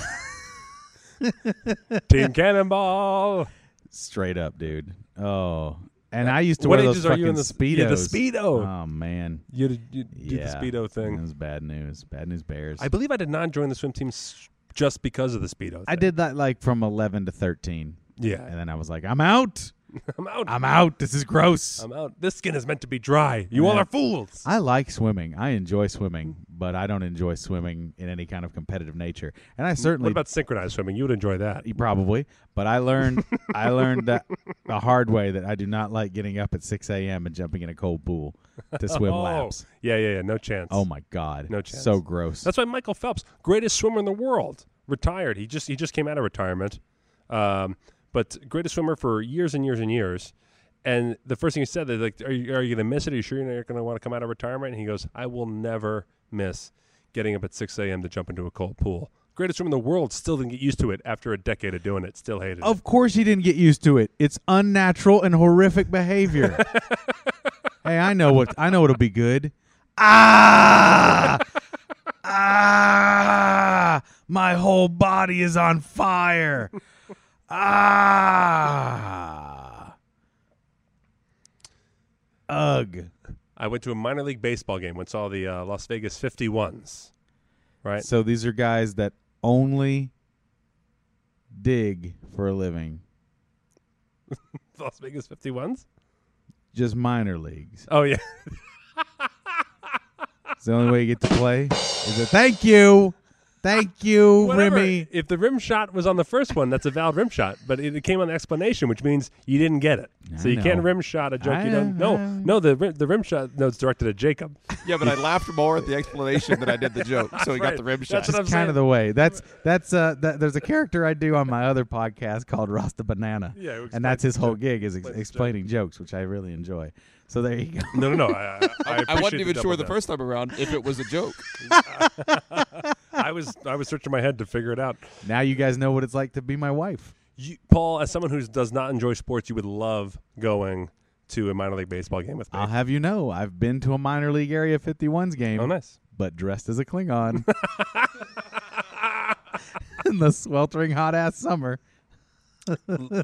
S1: Team Cannonball.
S2: straight up, dude. Oh, and I used to
S1: what
S2: wear those
S1: ages are you
S2: fucking
S1: in the
S2: speedos.
S1: Yeah, the speedo.
S2: Oh man,
S1: you did- you did
S2: yeah, Mm.
S1: the speedo
S2: It
S1: thing.
S2: was bad news. Bad news bears.
S1: I believe I did not join the swim team s- just because of the speedo.
S2: I
S1: thing.
S2: did that like from eleven to thirteen, and
S1: Yeah,
S2: then I was like, I'm out.
S1: I'm out.
S2: I'm out. This is gross.
S1: I'm out. This skin is meant to be dry. You all
S2: Yeah.
S1: are fools.
S2: I like swimming. I enjoy swimming, but I don't enjoy swimming in any kind of competitive nature. And I
S1: What
S2: certainly
S1: about synchronized swimming? You would enjoy that.
S2: You probably but i learned i learned that the hard way that i do not like getting up at 6 a.m and jumping in a cold pool to swim
S1: oh,
S2: laps
S1: yeah, yeah, yeah. No chance.
S2: oh my god
S1: No chance.
S2: so gross
S1: That's why Michael Phelps, greatest swimmer in the world, retired. He just he just came out of retirement, um, but greatest swimmer for years and years and years. And the first thing he said, they're like, "Are you, are you going to miss it? Are you sure you're not going to want to come out of retirement?" And he goes, "I will never miss getting up at 6 a.m. to jump into a cold pool." Greatest swimmer in the world still didn't get used to it after a decade of doing it. Still hated it.
S2: of course he didn't get used to it it's unnatural and horrific behavior hey i know what i know it'll be good ah ah my whole body is on fire ah ugh
S1: I went to a minor league baseball game when saw the uh, Las Vegas 51s. Right?
S2: So these are guys that only dig for a living,
S1: Las Vegas 51s.
S2: just minor leagues.
S1: Oh yeah.
S2: It's the only way you get to play. Is a thank you, thank you,
S1: Whatever.
S2: Remy.
S1: If the rim shot was on the first one, that's a valid rim shot, but it, it came on the explanation, which means you didn't get it. so
S2: I
S1: you can't
S2: know.
S1: rim shot a joke
S2: I
S1: you don't.
S2: know,
S1: No,
S2: I know.
S1: no, the ri- the rim shot no, it's directed at Jacob.
S3: Yeah, but I laughed more at the explanation than I did the joke, so he
S1: Right.
S3: got the rim
S1: That's
S3: shot.
S1: what I'm
S2: That's kind
S1: saying.
S2: of the way. That's that's uh. That, there's a character I do on my other podcast called Rasta Banana.
S1: Yeah, who
S2: and that's his whole
S1: explains
S2: gig is ex-
S1: explains jokes.
S2: explaining jokes, which I really enjoy. So there you go.
S1: No, no, no. I, I, I,
S3: I
S1: appreciate
S3: wasn't even
S1: double
S3: sure the
S1: down.
S3: first time around if it was a joke.
S1: I was I was searching my head to figure it out.
S2: Now you guys know what it's like to be my wife.
S1: You, Paul, as someone who does not enjoy sports, you would love going to a minor league baseball game with me.
S2: I'll have you know, I've been to a minor league Area 51's game.
S1: oh, nice.
S2: but dressed as a Klingon in the sweltering hot ass summer.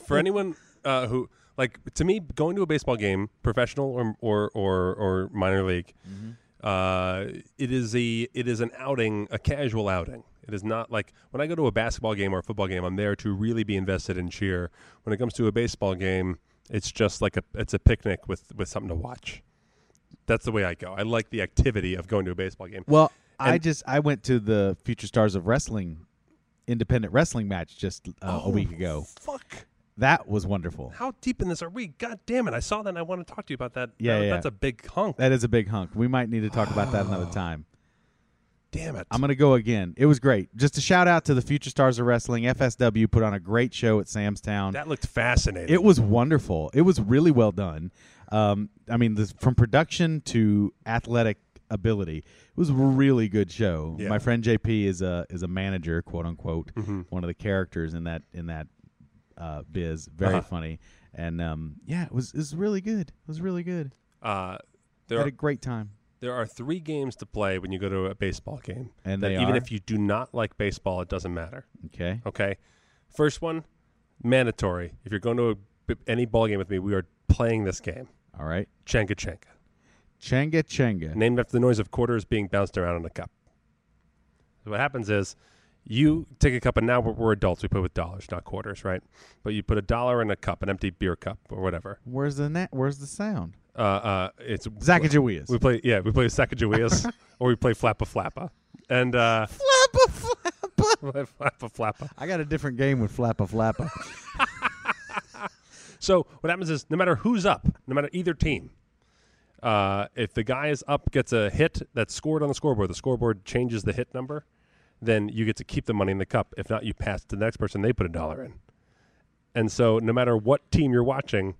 S1: for anyone uh, who like to me going to a baseball game professional or or or, or minor league
S2: Mm-hmm.
S1: uh, it is a it is an outing a casual outing it is not like when i go to a basketball game or a football game i'm there to really be invested and cheer when it comes to a baseball game it's just like a it's a picnic with with something to watch that's the way i go i like the activity of going to a baseball game
S2: Well, I
S1: And-
S2: just I went to the Future Stars of Wrestling independent wrestling match just uh, a week ago.
S1: fuck
S2: That was wonderful.
S1: how deep in this are we god damn it i saw that and i want to talk to you about that
S2: Yeah,
S1: That-
S2: yeah.
S1: that's a big hunk
S2: That is a big hunk. We might need to talk about that another time.
S1: damn it
S2: I'm going to go again. It was great. Just a shout out to the Future Stars of Wrestling. FSW put on a great show at Sam's Town.
S1: that looked fascinating
S2: It was wonderful. It was really well done. Um, I mean, this, from production to athletic ability, it was a really good show.
S1: Yeah. Mm-hmm.
S2: My friend JP is a is a manager, quote unquote, one of the characters in that in that uh, biz.
S1: Uh-huh.
S2: Very funny, and um, yeah, it was it was really good. It was really good.
S1: Uh, there
S2: Had
S1: are,
S2: a great time.
S1: there are three games to play when you go to a baseball game,
S2: And
S1: that
S2: they
S1: even
S2: are?
S1: if you do not like baseball, it doesn't matter.
S2: Okay,
S1: Okay, first one, mandatory. If you're going to a, any ball game with me, we are playing this game.
S2: All right.
S1: Chenga Chenga,
S2: Chenga Chenga.
S1: named after the noise of quarters being bounced around in a cup. So what happens is you take a cup, and now we're, we're adults. We put with dollars, not quarters, right? But you put a dollar in a cup, an empty beer cup or whatever.
S2: Where's the net? Where's the sound?
S1: Uh, uh, it's
S2: Zachajawias.
S1: We play, yeah, we play Sacagaweas or we play Flappa Flappa. And uh,
S2: Flappa Flappa.
S1: Flappa Flappa.
S2: I got a different game with Flappa Flappa.
S1: So what happens is, no matter who's up, no matter either team, uh, if the guy is up gets a hit that's scored on the scoreboard, the scoreboard changes the hit number, then you get to keep the money in the cup. If not, you pass it to the next person. They put a dollar in. And so, no matter what team you're watching,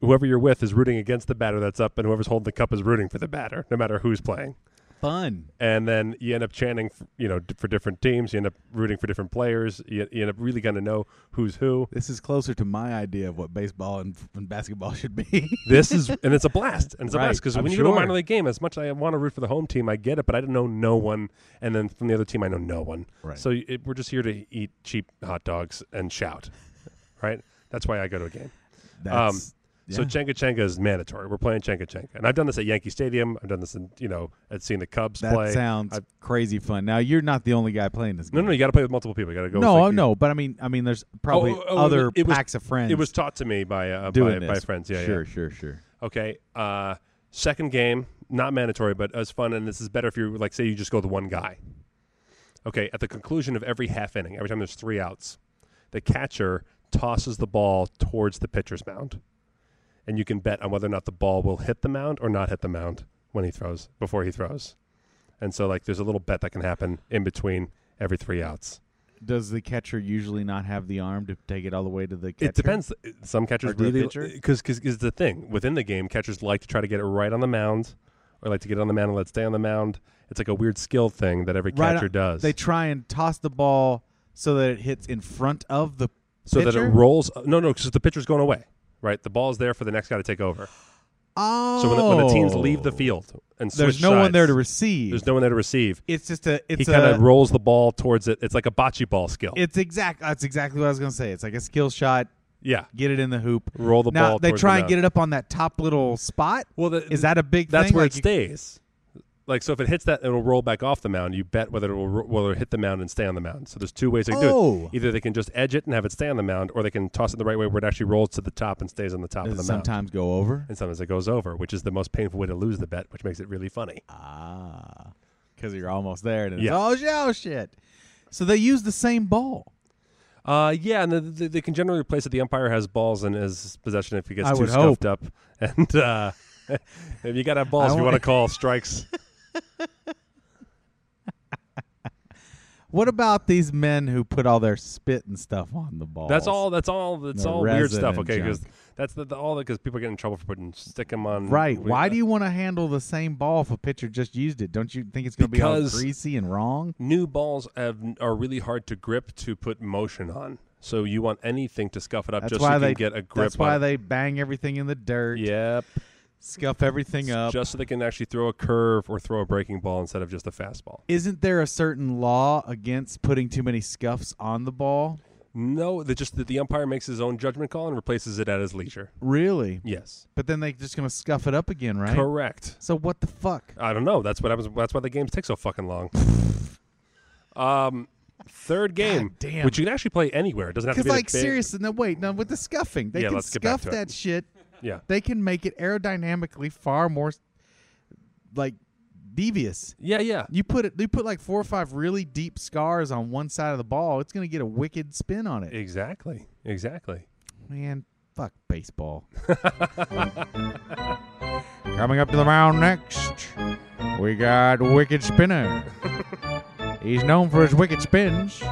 S1: whoever you're with is rooting against the batter that's up, and whoever's holding the cup is rooting for the batter, no matter who's playing.
S2: Fun.
S1: and then you end up chanting, f you know, d- for different teams. You end up rooting for different players. You, you end up really going to know who's who.
S2: This is closer to my idea of what baseball and, and basketball should be.
S1: This is, and it's a blast, and it's a
S2: Right,
S1: blast because
S2: I'm
S1: when you go to a
S2: sure.
S1: minor league game, as much as I want to root for the home team, I get it, but I don't know no one, and then from the other team, I know no one.
S2: Right.
S1: So y- it, we're just here to eat cheap hot dogs and shout, right? That's why I go to a game.
S2: That's,
S1: So
S2: yeah.
S1: Chenga Chenga is mandatory. We're playing Chenga Chenga, and I've done this at Yankee Stadium. I've done this, in, you know, at seeing the Cubs
S2: that
S1: play.
S2: sounds
S1: I've-
S2: crazy fun. Now you're not the only guy playing this
S1: no,
S2: game.
S1: no, you got to play with multiple people. You got to go. with,
S2: no,
S1: like,
S2: oh,
S1: you-
S2: no. But I mean, I mean, there's probably
S1: oh, oh,
S2: other
S1: it was-
S2: packs of friends.
S1: It was taught to me by uh, by,
S2: doing
S1: by
S2: this.
S1: friends. Yeah,
S2: sure,
S1: yeah.
S2: sure, sure.
S1: Okay. Uh, second game, not mandatory, but as fun, and this is better if you like say you just go with one guy. Okay. At the conclusion of every half inning, every time there's three outs, the catcher tosses the ball towards the pitcher's mound, and you can bet on whether or not the ball will hit the mound or not hit the mound when he throws before he throws. And so, like, there's a little bet that can happen in between every three outs.
S2: Does the catcher usually not have the arm to take it all the way to the catcher?
S1: It depends. Some catchers
S2: Or to the
S1: really
S2: pitcher?
S1: because because is the thing within the game. Catchers like to try to get it right on the mound, or like to get it on the mound and let it stay on the mound. It's like a weird skill thing that every
S2: Right
S1: catcher
S2: on-
S1: does.
S2: They try and toss the ball so that it hits in front of the
S1: so that it
S2: pitcher?
S1: rolls. uh, No, no, because the pitcher's going away. Right, the ball's there for the next guy to take over.
S2: Oh,
S1: So when the, when the teams leave the field and
S2: there's
S1: switch
S2: no one there to
S1: sides,
S2: receive.
S1: There's no one there to receive.
S2: it's just a. It's
S1: he kind
S2: a.
S1: of rolls the ball towards it. It's like a bocce ball skill.
S2: it's exact. That's exactly what I was gonna say. It's like a skill shot.
S1: yeah,
S2: Get it in the hoop.
S1: roll the
S2: now
S1: ball.
S2: they
S1: towards
S2: try
S1: the
S2: and get
S1: mound.
S2: it up on that top little spot.
S1: Well, the,
S2: Is that a big
S1: That's
S2: thing?
S1: where
S2: Like
S1: it
S2: you-
S1: stays. Like so, if it hits that, it'll roll back off the mound. You bet whether it will ro- whether it hit the mound and stay on the mound. So there's two ways they can do
S2: Oh.
S1: it. Either they can just edge it and have it stay on the mound, or they can toss it the right way where it actually rolls to the top and stays on the top
S2: Does
S1: of the
S2: it
S1: mound.
S2: sometimes go over?
S1: And sometimes it goes over, which is the most painful way to lose the bet, which makes it really funny.
S2: Ah, because you're almost there. And it's,
S1: Yeah.
S2: Oh, shit, oh shit! So they use the same ball.
S1: Uh, yeah, and the, the, they can generally replace it. The umpire has balls in his possession if he gets
S2: I
S1: too
S2: would
S1: scuffed up, and uh, if you gotta have balls,
S2: I
S1: if you
S2: want-
S1: want to call strikes.
S2: What about these men who put all their spit and stuff on the ball?
S1: That's all. That's all. That's
S2: The
S1: all weird stuff.
S2: resident
S1: Okay, because
S2: junk.
S1: that's the, the, all because people get in trouble for putting stick 'em on.
S2: Right.
S1: we-
S2: Why do you want to handle the same ball if a pitcher just used it? Don't you think it's going to be all
S1: Because-
S2: greasy and wrong?
S1: new balls have, are really hard to grip to put motion on? So you want anything to scuff it up
S2: That's
S1: just
S2: why
S1: so you
S2: they
S1: can get a grip.
S2: That's why
S1: on
S2: they bang everything in the dirt,
S1: It. Yep.
S2: scuff everything up.
S1: Just so they can actually throw a curve or throw a breaking ball instead of just a fastball.
S2: Isn't there a certain law against putting too many scuffs on the ball?
S1: No, that just that the umpire makes his own judgment call and replaces it at his leisure.
S2: Really?
S1: Yes.
S2: But then they're just going to scuff it up again, right?
S1: Correct.
S2: So what the fuck?
S1: I don't know. That's what happens. That's why the games take so fucking long. um, third game,
S2: damn.
S1: which you can actually play anywhere. It doesn't have to
S2: Because
S1: be
S2: like
S1: the big,
S2: seriously, no wait, no with the scuffing, they
S1: Yeah,
S2: can
S1: let's get back
S2: scuff
S1: to it.
S2: that shit.
S1: Yeah,
S2: They can make it aerodynamically far more like devious.
S1: yeah, yeah.
S2: You put it, you put like four or five really deep scars on one side of the ball. It's gonna get a wicked spin on it.
S1: Exactly, exactly.
S2: Man, fuck baseball. Coming up to the mound next, we got Wicked Spinner. He's known for his wicked spins.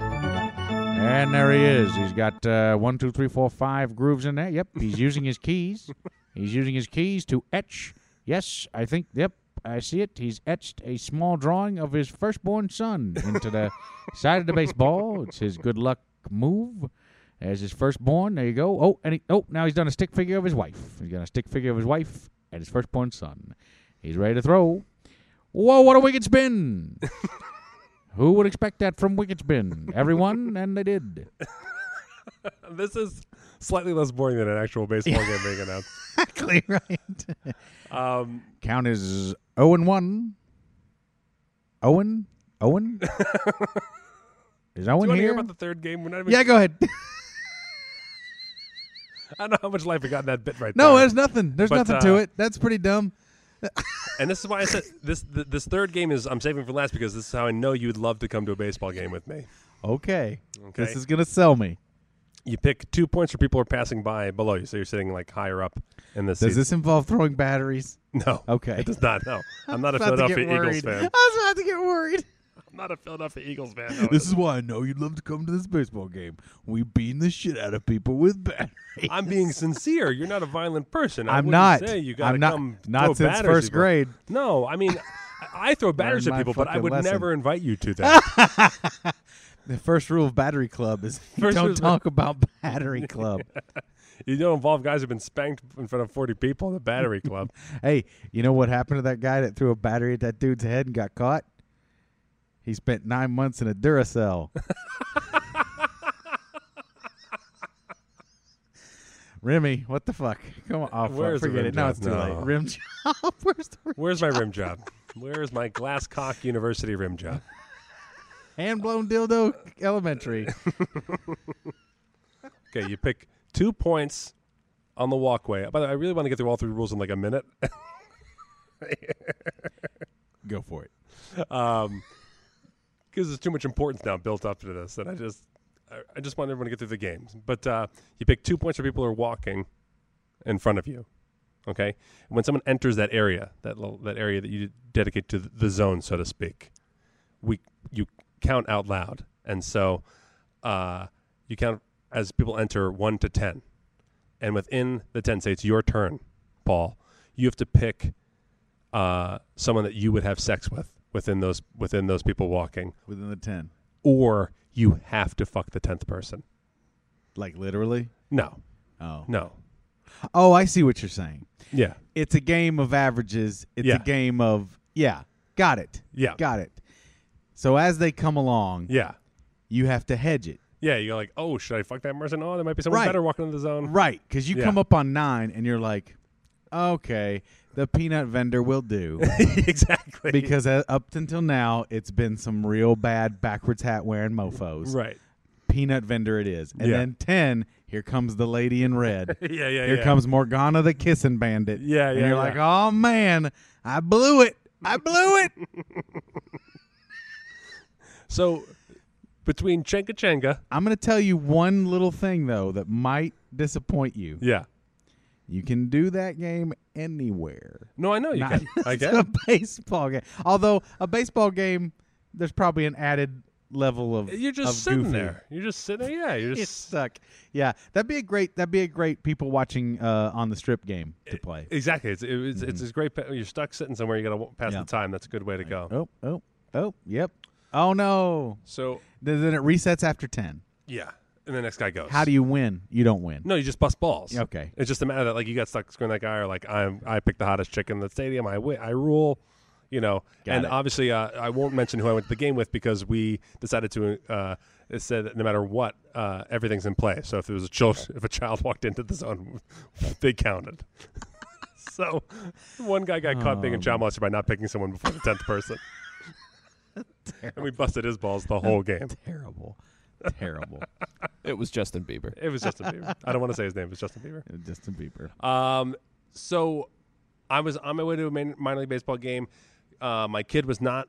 S2: And there he is. He's got uh, one, two, three, four, five grooves in there. Yep, he's using his keys. He's using his keys to etch. Yes, I think. Yep, I see it. He's etched a small drawing of his firstborn son into the side of the baseball. It's his good luck move. As his firstborn, there you go. Oh, and he, oh, now he's done a stick figure of his wife. He's got a stick figure of his wife and his firstborn son. He's ready to throw. Whoa, what a wicked spin!
S5: Who would expect that from Wicket's Bin? Everyone, and they did.
S1: Uh, This is slightly less boring than an actual baseball game being announced.
S2: Exactly right.
S1: Um,
S2: Count is 0 and 1. Owen? Owen? is
S1: do you
S2: Owen
S1: want to hear
S2: here?
S1: about the third game? We're not even,
S2: yeah, go ahead.
S1: I don't know how much life we got in that bit right
S2: no,
S1: there.
S2: there's nothing. There's
S1: But,
S2: nothing
S1: uh,
S2: to it. That's pretty dumb.
S1: And this is why I said this. Th- this third game is I'm saving for last because this is how I know you'd love to come to a baseball game with me.
S2: Okay.
S1: Okay.
S2: This is going to sell me.
S1: You pick two points where people are passing by below you, so you're sitting like higher up in the
S2: Does
S1: seats.
S2: this involve throwing batteries?
S1: No.
S2: Okay.
S1: It does not. No. I'm not a
S2: About to get
S1: Philadelphia Eagles
S2: worried.
S1: fan.
S2: I was about to get worried.
S1: I'm not a Philadelphia Eagles fan. No,
S4: This is why I know you'd love to come to this baseball game. We beating the shit out of people with bat.
S1: I'm being sincere. You're not a violent person. I
S2: I'm
S1: wouldn't
S2: not.
S1: Say you gotta
S2: I'm not.
S1: come throw
S2: not since
S1: batters
S2: first
S1: at people.
S2: grade.
S1: No, I mean, I- I throw batters
S2: Learn
S1: at
S2: my
S1: people, but I
S2: fucking
S1: would
S2: lesson.
S1: never invite you to that.
S2: The first rule of Battery Club is you
S1: First rule
S2: don't
S1: is-
S2: talk about Battery Club.
S1: you don't involve guys who've been spanked in front of 40 people in the Battery Club.
S2: hey, you know what happened to that guy that threw a battery at that dude's head and got caught? He spent nine months in a Duracell. Remy, what the fuck? Come on, oh, fuck,
S1: Where's the
S2: forget
S1: rim
S2: it. No,
S1: job?
S2: it's too
S1: No.
S2: late. Rim job. Where's the rim?
S1: Where's my rim job? Where's my Glasscock University rim job?
S2: hand blown dildo elementary?
S1: Okay, you pick two points on the walkway. By the way, I really want to get through all three rules in like a minute.
S4: Go for it.
S1: um, because there's too much importance now built up to this, and I just, I, I just want everyone to get through the games. But uh, you pick two points where people are walking in front of you. Okay, and when someone enters that area, that little, that area that you dedicate to the, the zone, so to speak, we you count out loud, and so uh, you count as people enter one to ten, and within the ten, say it's your turn, Paul. You have to pick uh, someone that you would have sex with within those within those people walking,
S2: Within the ten,
S1: or you have to fuck the tenth person.
S2: like literally.
S1: No,
S2: Oh,
S1: no,
S2: oh, I see what you're saying.
S1: yeah,
S2: It's a game of averages. It's
S1: Yeah.
S2: a game of yeah. Got it.
S1: yeah,
S2: Got it. So as they come along,
S1: yeah,
S2: you have to hedge it.
S1: yeah. You're like, oh, should I fuck that person? Oh, there might be someone
S2: Right.
S1: better walking in the zone.
S2: Right, because you
S1: Yeah.
S2: come up on nine and you're like, okay, the peanut vendor will do.
S1: exactly.
S2: because uh, up until now, it's been some real bad backwards hat wearing mofos.
S1: right.
S2: Peanut vendor it is. And
S1: Yeah.
S2: then 10, here comes the lady in red.
S1: Yeah, yeah.
S2: here
S1: yeah.
S2: comes Morgana the kissing bandit.
S1: Yeah,
S2: And
S1: yeah,
S2: you're
S1: yeah.
S2: like, oh man, I blew it. I blew it.
S1: So between Chenga Chenga,
S2: I'm going to tell you one little thing, though, that might disappoint you.
S1: yeah.
S2: You can do that game anywhere.
S1: No, I know Oh, you
S2: Not
S1: can. I
S2: just
S1: can.
S2: a baseball game. Although a baseball game, there's probably an added level of
S1: You're
S2: of
S1: just sitting
S2: goofy. uh,
S1: there. You're just sitting there. Yeah, you're
S2: It
S1: just
S2: suck. Yeah, that'd be a great that'd be a great people watching uh, on the strip game to play.
S1: exactly. It's it- it's it's this great. pa- You're stuck sitting somewhere. You got to pass
S2: Mm-hmm. Yeah.
S1: the time. That's a good way to go.
S2: Oh oh oh yep. Oh no.
S1: So
S2: Then then it resets after ten.
S1: yeah, and the next guy goes.
S2: How do you win? You don't win.
S1: No, you just bust balls.
S2: Okay.
S1: It's just a matter that like you got stuck screwing that guy, or like I'm I picked the hottest chick in the stadium. I wi- I rule. You know,
S2: Got
S1: and
S2: it.
S1: obviously uh, I won't mention who I went to the game with because we decided to. Uh, it said that no matter what, uh, everything's in play. So if there was a child, if a child walked into the zone, they counted. so one guy got caught being a
S2: Um.
S1: child molester by not picking someone before the tenth person, and we busted his balls the whole game.
S2: Terrible. Terrible.
S3: It was Justin Bieber.
S1: It was Justin Bieber. I don't want to say his name. It was Justin Bieber.
S2: Justin Bieber.
S1: Um, so I was on my way to a min- minor league baseball game. Uh, my kid was not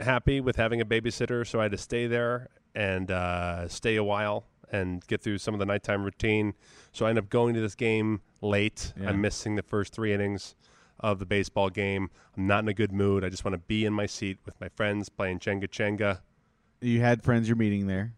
S1: happy with having a babysitter, so I had to stay there and uh, stay a while and get through some of the nighttime routine. So I ended up going to this game late. I'm missing the first three innings of the baseball game. I'm not in a good mood. I just want to be in my seat with my friends playing Chenga Chenga.
S2: You had friends you're meeting there.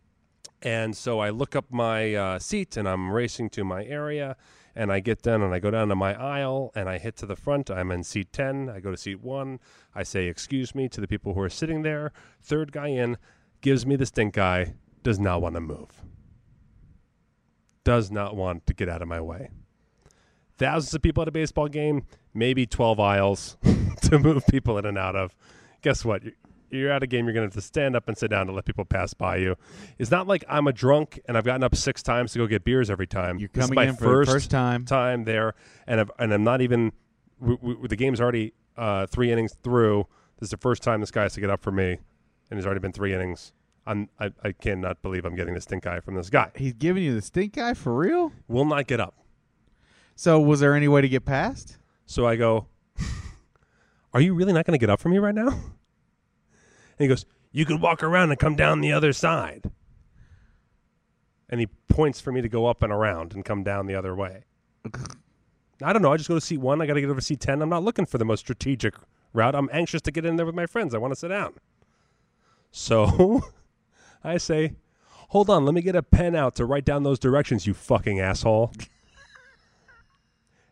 S1: And so I look up my uh, seat and I'm racing to my area. And I get down and I go down to my aisle and I hit to the front. I'm in seat 10. I go to seat one. I say, Excuse me to the people who are sitting there. Third guy in gives me the stink eye, does not want to move, does not want to get out of my way. Thousands of people at a baseball game, maybe 12 aisles to move people in and out of. Guess what? You're, you're at a game, you're going to have to stand up and sit down to let people pass by you. It's not like I'm a drunk and I've gotten up six times to go get beers every time.
S2: You're
S1: This is
S2: coming
S1: my
S2: in for the first time.
S1: time there, and I've, and I'm not even. W- w- the game's already uh, three innings through. This is the first time this guy has to get up for me, and he's already been three innings. I'm I, I cannot believe I'm getting this stink eye from this guy.
S2: He's giving you the stink eye for real.
S1: Will not get up.
S2: So was there any way to get past?
S1: So I go, Are you really not going to get up for me right now? And he goes, You could walk around and come down the other side. And he points for me to go up and around and come down the other way. I don't know. I just go to seat one. I got to get over to seat 10. I'm not looking for the most strategic route. I'm anxious to get in there with my friends. I want to sit down. So I say, Hold on. Let me get a pen out to write down those directions, you fucking asshole.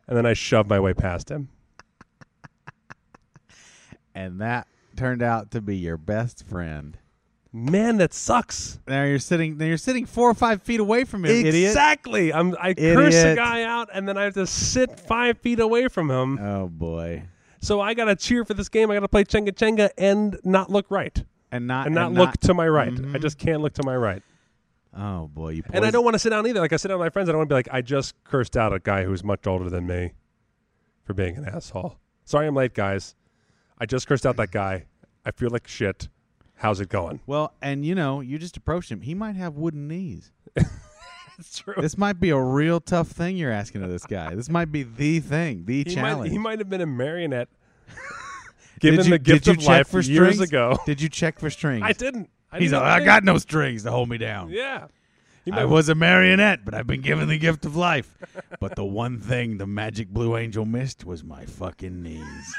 S1: and then I shove my way past him.
S2: And that turned out to be your best friend.
S1: Man, that sucks.
S2: Now you're sitting. Now you're sitting four or five feet away from him, idiot.
S1: exactly. I'm, I curse the
S2: Idiot.
S1: guy out, and then I have to sit five feet away from him.
S2: Oh boy.
S1: So I got to cheer for this game. I got to play Chenga Chenga and not look right,
S2: And not
S1: and not Mm-hmm. look to my right. I just can't look to my right,
S2: oh boy, you.
S1: and I
S2: poison-
S1: don't want to sit down either. Like I sit down with my friends, I don't want to be like I just cursed out a guy who's much older than me for being an asshole. Sorry, I'm late, guys. I just cursed out that guy. I feel like shit. How's it going?
S2: Well, and you know, you just approached him. He might have wooden knees.
S1: It's true.
S2: This might be a real tough thing you're asking of this guy. This might be the thing, the
S1: he might,
S2: challenge.
S1: he might have been a marionette.
S2: Did
S1: Given
S2: you-
S1: the gift
S2: did you
S1: of
S2: check
S1: life
S2: for
S1: years
S2: strings?
S1: ago.
S2: Did you check for strings?
S1: I didn't. I
S4: He's
S1: did
S4: like,
S1: not
S4: I
S1: think-
S4: got no strings to hold me down.
S1: Yeah. He might-
S4: I was a marionette, but I've been given the gift of life. But the one thing the magic blue angel missed was my fucking knees.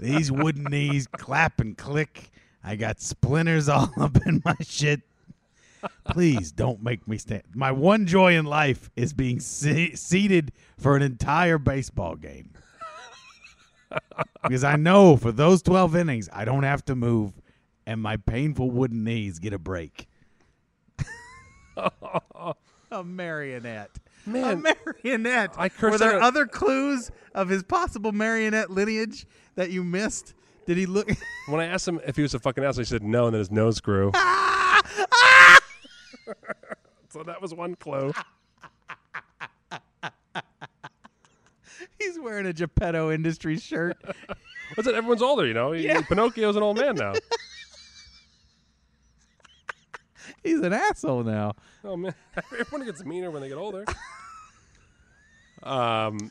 S4: These wooden knees clap and click. I got splinters all up in my shit. Please don't make me stand. My one joy in life is being se- seated for an entire baseball game. Because I know for those 12 innings, I don't have to move, and my painful wooden knees get a break.
S2: a marionette.
S1: Man.
S2: a marionette.
S1: I cursed
S2: Were there
S1: out a-
S2: other clues of his possible marionette lineage that you missed? Did he look?
S1: When I asked him if he was a fucking asshole, he said no, and then his nose grew. so that was one clue.
S2: He's wearing a Geppetto Industries shirt.
S1: What's it? Everyone's older, you know. He- Pinocchio's an old man now.
S2: He's an asshole now.
S1: Oh man, everyone gets meaner when they get older. Um,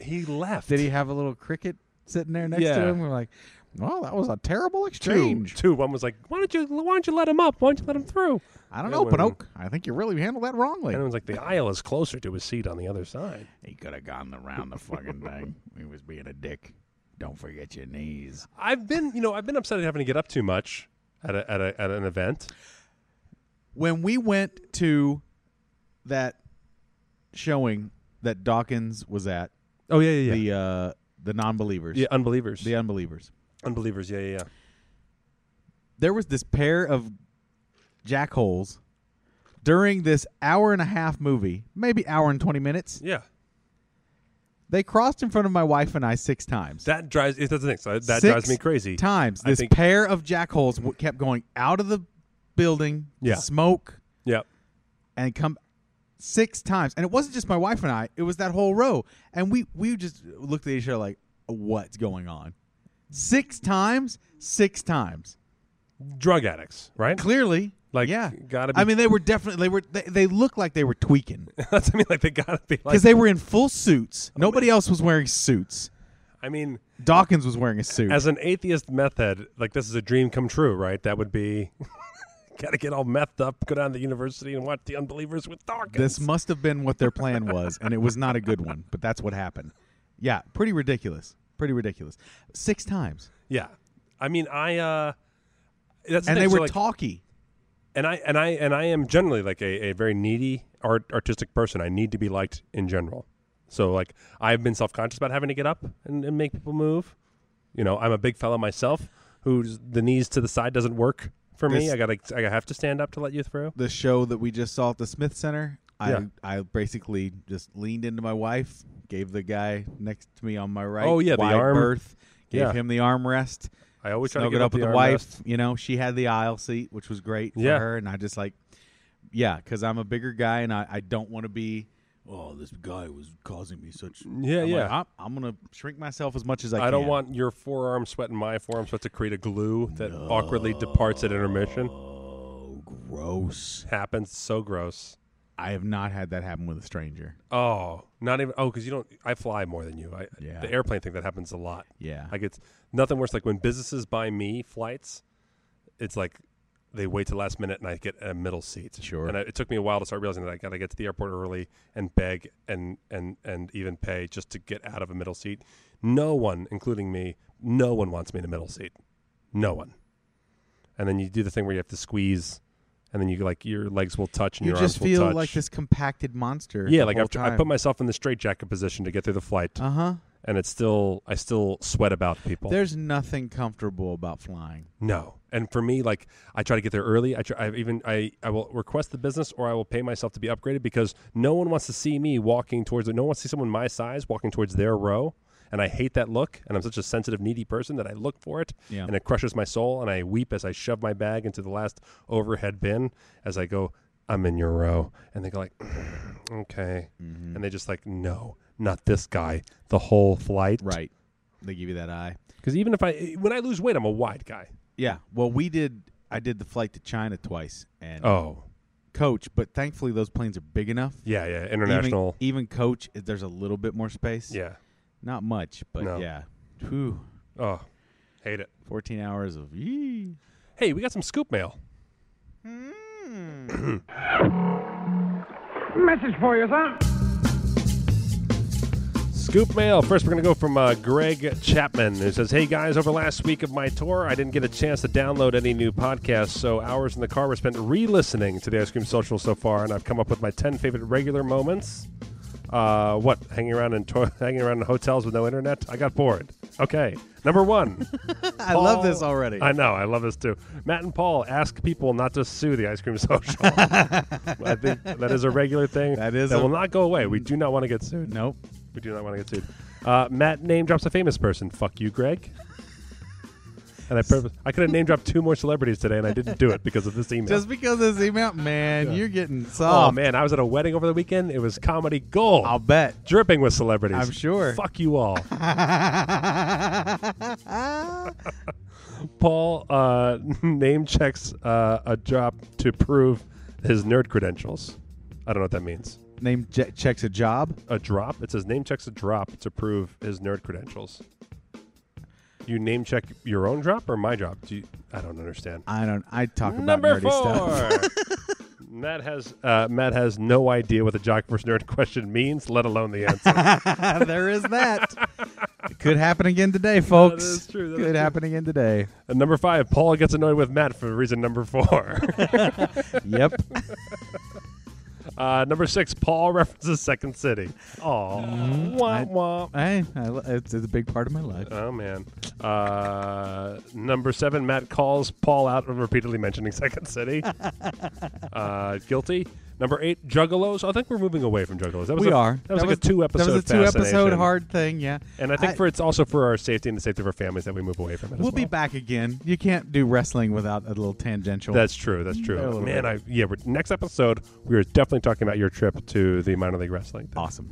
S1: he left.
S2: Did he have a little cricket sitting there next to
S1: Yeah.
S2: him? We're like, well, that was a terrible
S1: two?
S2: exchange.
S1: Two. One was like, why don't you? Why don't you let him up? Why don't you let him through?
S2: I don't
S1: Yeah,
S2: know,
S1: when-
S2: Pinoke. I think you really handled that wrongly.
S1: And it was like the aisle is closer to his seat on the other side.
S4: He could have gone around the fucking thing. He was being a dick. Don't forget your knees.
S1: I've been, you know, I've been upset at having to get up too much at a, at, a, at an event.
S2: when we went to that showing that Dawkins was at,
S1: Oh yeah, yeah,
S2: the uh, the non-believers,
S1: yeah, unbelievers,
S2: the unbelievers,
S1: unbelievers. Yeah, yeah, yeah.
S2: there was this pair of jackholes during this hour and a half movie, maybe hour and twenty minutes.
S1: Yeah,
S2: They crossed in front of my wife and I six times.
S1: that drives. It doesn't. So that
S2: Six
S1: drives me crazy.
S2: Times
S1: I
S2: this
S1: think-
S2: pair of jackholes w- kept going out of the building,
S1: Yeah.
S2: smoke,
S1: Yeah,
S2: and come six times. And it wasn't just my wife and I; it was that whole row. And we we just looked at each other like, "What's going on?" Six times, six times.
S1: drug addicts, right?
S2: Clearly,
S1: Like,
S2: yeah,
S1: gotta
S2: I
S1: be-
S2: mean, they were definitely they were they, they looked like they were tweaking
S1: That's. I mean, like Oh, they gotta be like.
S2: because they were in full suits. Nobody else was wearing suits.
S1: I mean,
S2: Dawkins was wearing a suit.
S1: as an atheist meth head, like this is a dream come true, right? That would be. gotta get all methed up, go down to the university, and watch the unbelievers with Dawkins.
S2: this must have been what their plan was, and it was not a good one. But that's what happened. Yeah, pretty ridiculous. Pretty ridiculous. Six times,
S1: yeah, I mean, I. uh that's the
S2: and
S1: thing,
S2: they
S1: so,
S2: were
S1: like,
S2: talky.
S1: and I and I and I am generally like a, a very needy art artistic person. I need to be liked in general. So like I've been self conscious about having to get up and, and make people move. You know, I'm a big fella myself who's the knees to the side doesn't work for me.
S2: This-
S1: I gotta I have to stand up to let you through.
S2: the show that we just saw at the Smith Center, I
S1: Yeah.
S2: I basically just leaned into my wife, gave the guy next to me on my right,
S1: Oh, yeah, the
S2: wide
S1: arm.
S2: berth, gave
S1: Yeah.
S2: him the armrest,
S1: I always try to
S2: snuggled
S1: get
S2: up with the, wife.
S1: armrest.
S2: You know, she had the aisle seat, which was great for
S1: Yeah.
S2: her, and I just like, yeah, because I'm a bigger guy and I, I don't want to be. Oh, this guy was causing me such.
S1: Yeah,
S2: I'm
S1: yeah.
S2: Like, I'm, I'm gonna shrink myself as much as I,
S1: I,
S2: can.
S1: don't want your forearm sweating my forearm sweat to create a glue that awkwardly departs at intermission.
S2: Oh, gross!
S1: Happens so gross.
S2: I have not had that happen with a stranger.
S1: Oh, not even. Oh, because you don't. I fly more than you. I,
S2: Yeah.
S1: The airplane thing that happens a lot.
S2: Yeah,
S1: Like it's nothing worse. Like when businesses buy me flights, it's like they wait to the last minute and I get a middle seat.
S2: Sure.
S1: And I, it took me a while to start realizing that I got to get to the airport early and beg and and and even pay just to get out of a middle seat. No one, including me, no one wants me in a middle seat. No one. And then you do the thing where you have to squeeze, and then you like your legs will touch and
S2: you
S1: your
S2: just
S1: arms will
S2: feel
S1: touch.
S2: like this compacted monster.
S1: Yeah, like I've, tr- I put myself in the straitjacket position to get through the flight,
S2: Uh huh.
S1: and it's still I still sweat about people.
S2: There's nothing comfortable about flying.
S1: No, and for me, like I try to get there early. I try. I even I I will request the business, or I will pay myself to be upgraded because no one wants to see me walking towards. No one wants to see someone my size walking towards their row, and I hate that look. And I'm such a sensitive, needy person that I look for it,
S2: Yeah.
S1: and it crushes my soul. And I weep as I shove my bag into the last overhead bin as I go. I'm in your row, and they go like, okay,
S2: Mm-hmm.
S1: and they just like, no, not this guy. The whole flight,
S2: Right. They give you that eye.
S1: Because even if I when I lose weight, I'm a wide guy.
S2: Yeah. Well, we did. I did the flight to China twice, and
S1: Oh.
S2: coach, but thankfully those planes are big enough.
S1: Yeah, yeah,
S2: Even-
S1: international.
S2: Even, coach, i- there's a little bit more space.
S1: yeah.
S2: Not much, but
S1: No.
S2: yeah. Whew.
S1: Oh, hate it.
S2: 14 hours of yee.
S1: Hey, we got some scoop mail.
S6: Hmm. Message for you, son.
S1: Scoop mail. First, we're going to go from uh, Greg Chapman, who says, Hey guys, over last week of my tour, I didn't get a chance to download any new podcasts, so hours in the car were spent re listening to the Ice Cream Social so far, and I've come up with my 10 favorite regular moments. Uh, what? Hanging around in to- hanging around in hotels with no internet? I got bored. Okay, number one.
S2: I love this
S1: Paul-
S2: already.
S1: I know. I love this too. Matt and Paul ask people not to sue the ice cream social. I think that is a regular thing.
S2: That is
S1: That
S2: a- Mm.
S1: will not go away. We do not want to get sued.
S2: nope.
S1: We do not want to get sued. Uh, Matt name drops a famous person. Fuck you, Greg. And I purpose. I could have name dropped two more celebrities today, and I didn't do it because of this email.
S2: Just because of this email, man, you're getting
S1: oh
S2: soft.
S1: man, I was at a wedding over the weekend. It was comedy gold.
S2: I'll bet.
S1: dripping with celebrities.
S2: I'm sure.
S1: Fuck you all. Paul uh, name checks uh, a job to prove his nerd credentials. I don't know what that means.
S2: Name je- checks a job.
S1: A drop? It says name checks a drop to prove his nerd credentials. You name check your own drop or my drop? Do you, I don't understand.
S2: I don't. I talk
S1: Uh, Number
S2: about nerdy stuff.
S1: four. Matt has uh, Matt has no idea what the jock versus nerd question means, let alone the answer.
S2: Ah, there is that. It could happen again today, folks.
S1: is true, that is
S2: could
S1: true.
S2: happen again today.
S1: And number five, Paul gets annoyed with Matt for reason number four.
S2: Yep.
S1: uh, number six, Paul references Second City. Oh, wah, wah.
S2: hey, I, lo- it's, it's a big part of my life.
S1: Oh man. Uh, number seven, Matt calls Paul out on repeatedly mentioning Second City. uh, guilty. Number eight, Juggalos. I think we're moving away from Juggalos. That was
S2: we
S1: a,
S2: are.
S1: That was like a two episode.
S2: That was a two episode
S1: fascination.
S2: hard thing. Yeah.
S1: And I think for it's also for our safety and the safety of our families that we move away from it. as
S2: We'll be
S1: well.
S2: back again. You can't do wrestling without a little tangential.
S1: That's true. That's
S2: A
S1: true.
S2: little
S1: Man,
S2: bit.
S1: I yeah. We're, next episode, we are definitely talking about your trip to the minor league wrestling. thing.
S2: awesome.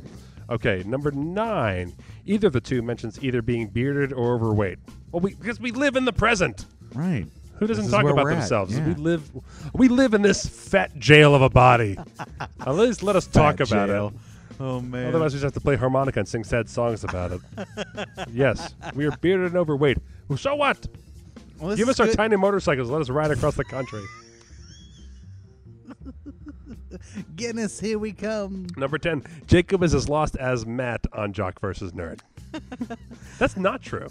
S1: Okay, number nine. Either of the two mentions either being bearded or overweight. Well, we because we live in the present.
S2: Right.
S1: Who doesn't
S2: This is
S1: talk
S2: where
S1: about
S2: we're at,
S1: themselves?
S2: yeah.
S1: We live, we live in this fat jail of a body. At least let us talk
S2: Fat
S1: about
S2: jail.
S1: it.
S2: Oh man.
S1: Otherwise, we just have to play harmonica and sing sad songs about it. yes, we are bearded and overweight. Well, so what?
S2: Well, this
S1: Give
S2: is
S1: us our
S2: good.
S1: tiny motorcycles. Let us ride across the country.
S2: Guinness, here we come.
S1: Number ten, Jacob is as lost as Matt on Jock versus Nerd. That's not true.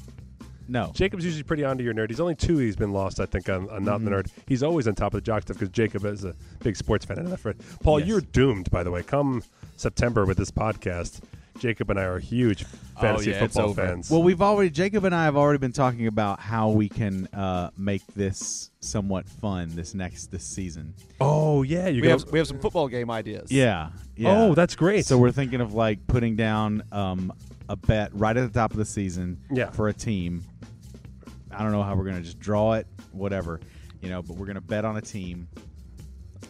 S2: No.
S1: Jacob's usually pretty onto your nerd. He's only two he's been lost, I think, on, on not
S2: Mm-hmm.
S1: the nerd. He's always on top of the jock stuff because Jacob is a big sports fan. And that for Paul,
S2: Yes.
S1: you're doomed, by the way. Come September with this podcast, Jacob and I are huge
S2: Oh,
S1: fantasy
S3: yeah, it's
S1: football
S3: over.
S1: fans.
S2: Well, we've already Jacob and I have already been talking about how we can uh, make this somewhat fun this next this season.
S1: oh yeah, you
S3: We
S1: guys.
S3: have, we have some football game ideas.
S2: Yeah. yeah.
S1: Oh, that's great.
S2: So we're thinking of like putting down um, a bet right at the top of the season
S1: Yeah.
S2: for a team I don't know how we're gonna just draw it, whatever, you know. But we're gonna bet on a team,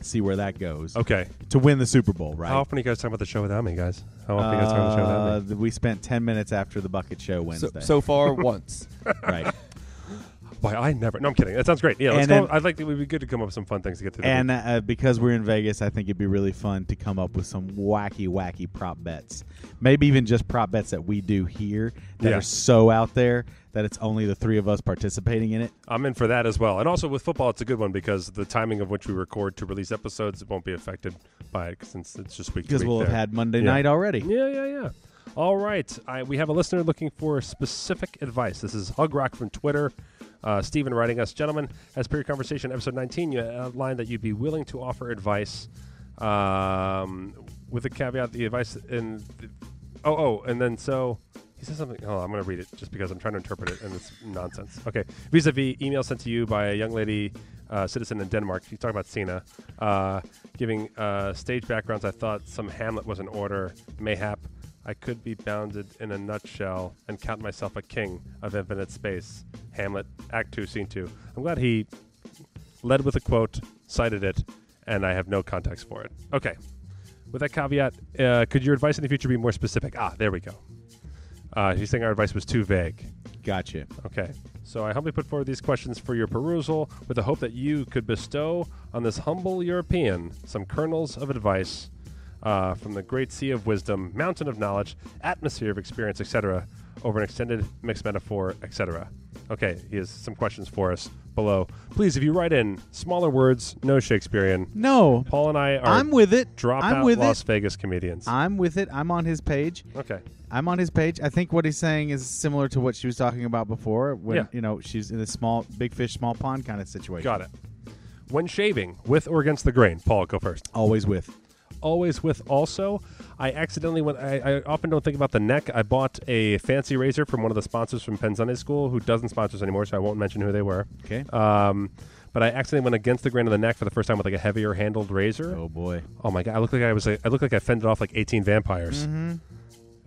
S2: see where that goes
S1: Okay.
S2: to win the Super Bowl, right?
S1: How often are you guys talking about the show without me, guys? How often are you guys talking about the show without me?
S2: Uh, we spent ten minutes after the bucket show
S3: So,
S2: Wednesday,
S3: so far, once.
S2: right?
S1: Why I never? No, I'm kidding. That sounds great. Yeah, let's
S2: Uh, And
S1: go.
S2: then-
S1: I'd like. It would be good to come up with some fun things to get through. the
S2: And
S1: week.
S2: uh, because we're in Vegas, I think it'd be really fun to come up with some wacky, wacky prop bets. Maybe even just prop bets that we do here that
S1: Yeah.
S2: are so out there that it's only the three of us participating in it.
S1: I'm in for that as well. And also with football, it's a good one because the timing of which we record to release episodes won't be affected by it since it's just week. to
S2: Because
S1: week
S2: we'll have
S1: there.
S2: had Monday
S1: Yeah.
S2: night already.
S1: Yeah, yeah, yeah. All right. I, we have a listener looking for specific advice. This is Hug Rock from Twitter. Uh, Steven writing us, gentlemen, as per your conversation, episode 19, you outlined that you'd be willing to offer advice um, with a caveat the advice in. The, oh, oh, and then so. He says something. Oh, I'm going to read it just because I'm trying to interpret it and it's nonsense. Okay. Vis a vis email sent to you by a young lady, uh, citizen in Denmark. She's talking about Cena. Uh, giving uh, stage backgrounds, I thought some Hamlet was in order. Mayhap, I could be bounded in a nutshell and count myself a king of infinite space. Hamlet, Act 2, Scene 2. I'm glad he led with a quote, cited it, and I have no context for it. Okay. With that caveat, uh, could your advice in the future be more specific? Ah, there we go. Uh, he's saying our advice was too vague.
S2: Gotcha.
S1: Okay. So I humbly put forward these questions for your perusal with the hope that you could bestow on this humble European some kernels of advice uh, from the great sea of wisdom, mountain of knowledge, atmosphere of experience, etc., over an extended mixed metaphor, etc. Okay, he has some questions for us below. Please, if you write in smaller words, no Shakespearean.
S2: No,
S1: Paul and I are
S2: I'm with it.
S1: dropout
S2: I'm with
S1: Las
S2: it.
S1: Vegas comedians.
S2: I'm with it. I'm on his page.
S1: okay.
S2: I'm on his page. I think what he's saying is similar to what she was talking about before when,
S1: Yeah.
S2: you know, she's in a small, big fish, small pond kind of situation.
S1: Got it. When shaving, with or against the grain? Paul, go first.
S2: Always with.
S1: always with also i accidentally went I, I often don't think about the neck i bought a fancy razor from one of the sponsors from penn sunday school who doesn't sponsor us anymore so i won't mention who they were
S2: Okay.
S1: um, but i accidentally went against the grain of the neck for the first time with like a heavier handled razor
S2: Oh, boy.
S1: Oh my god, I look like I was like, I look like I fended off like 18 vampires.
S2: Mm-hmm.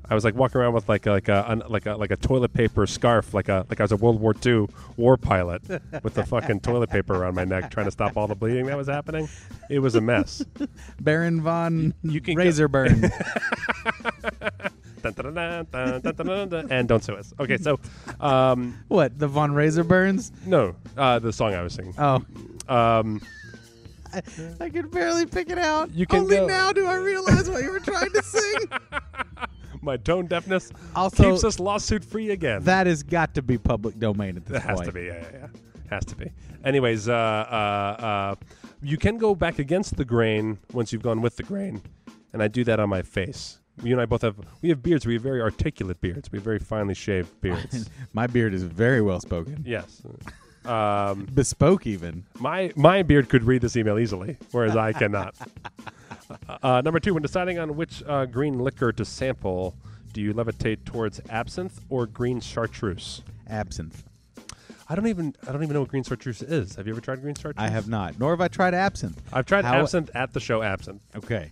S1: I was like walking around with like like a un- like a like a toilet paper scarf, like a like I was a World War II war pilot with the fucking toilet paper around my neck, trying to stop all the bleeding that was happening. It was a mess.
S2: Baron von
S1: you can go-
S2: Razorburn.
S1: Dun, dun, dun, dun, dun, dun, dun, dun, and don't sue us. Okay, so um,
S2: what, the von Razorburns?
S1: no, uh, the song I was singing.
S2: Oh,
S1: Um,
S2: I, I could barely pick it out.
S1: You can
S2: Only
S1: go.
S2: now do I realize what you were trying to sing.
S1: my tone deafness
S2: Also-
S1: keeps us lawsuit free again.
S2: that has got to be public domain at this
S1: It has
S2: point.
S1: to be. Yeah, yeah, yeah. Has to be. Anyways, uh, uh, uh, you can go back against the grain once you've gone with the grain, and I do that on my face. You and I both have we have beards. We have very articulate beards. We have very finely shaved beards.
S2: My beard is very well spoken,
S1: yes. Um,
S2: bespoke even.
S1: my my beard could read this email easily, whereas I cannot. Uh, number two, when deciding on which uh, green liquor to sample, do you levitate towards absinthe or green chartreuse?
S2: Absinthe.
S1: I don't even I don't even know what green chartreuse is. Have you ever tried green chartreuse?
S2: I have not, nor have I tried absinthe.
S1: I've tried
S2: How-
S1: absinthe at the show absinthe.
S2: Okay,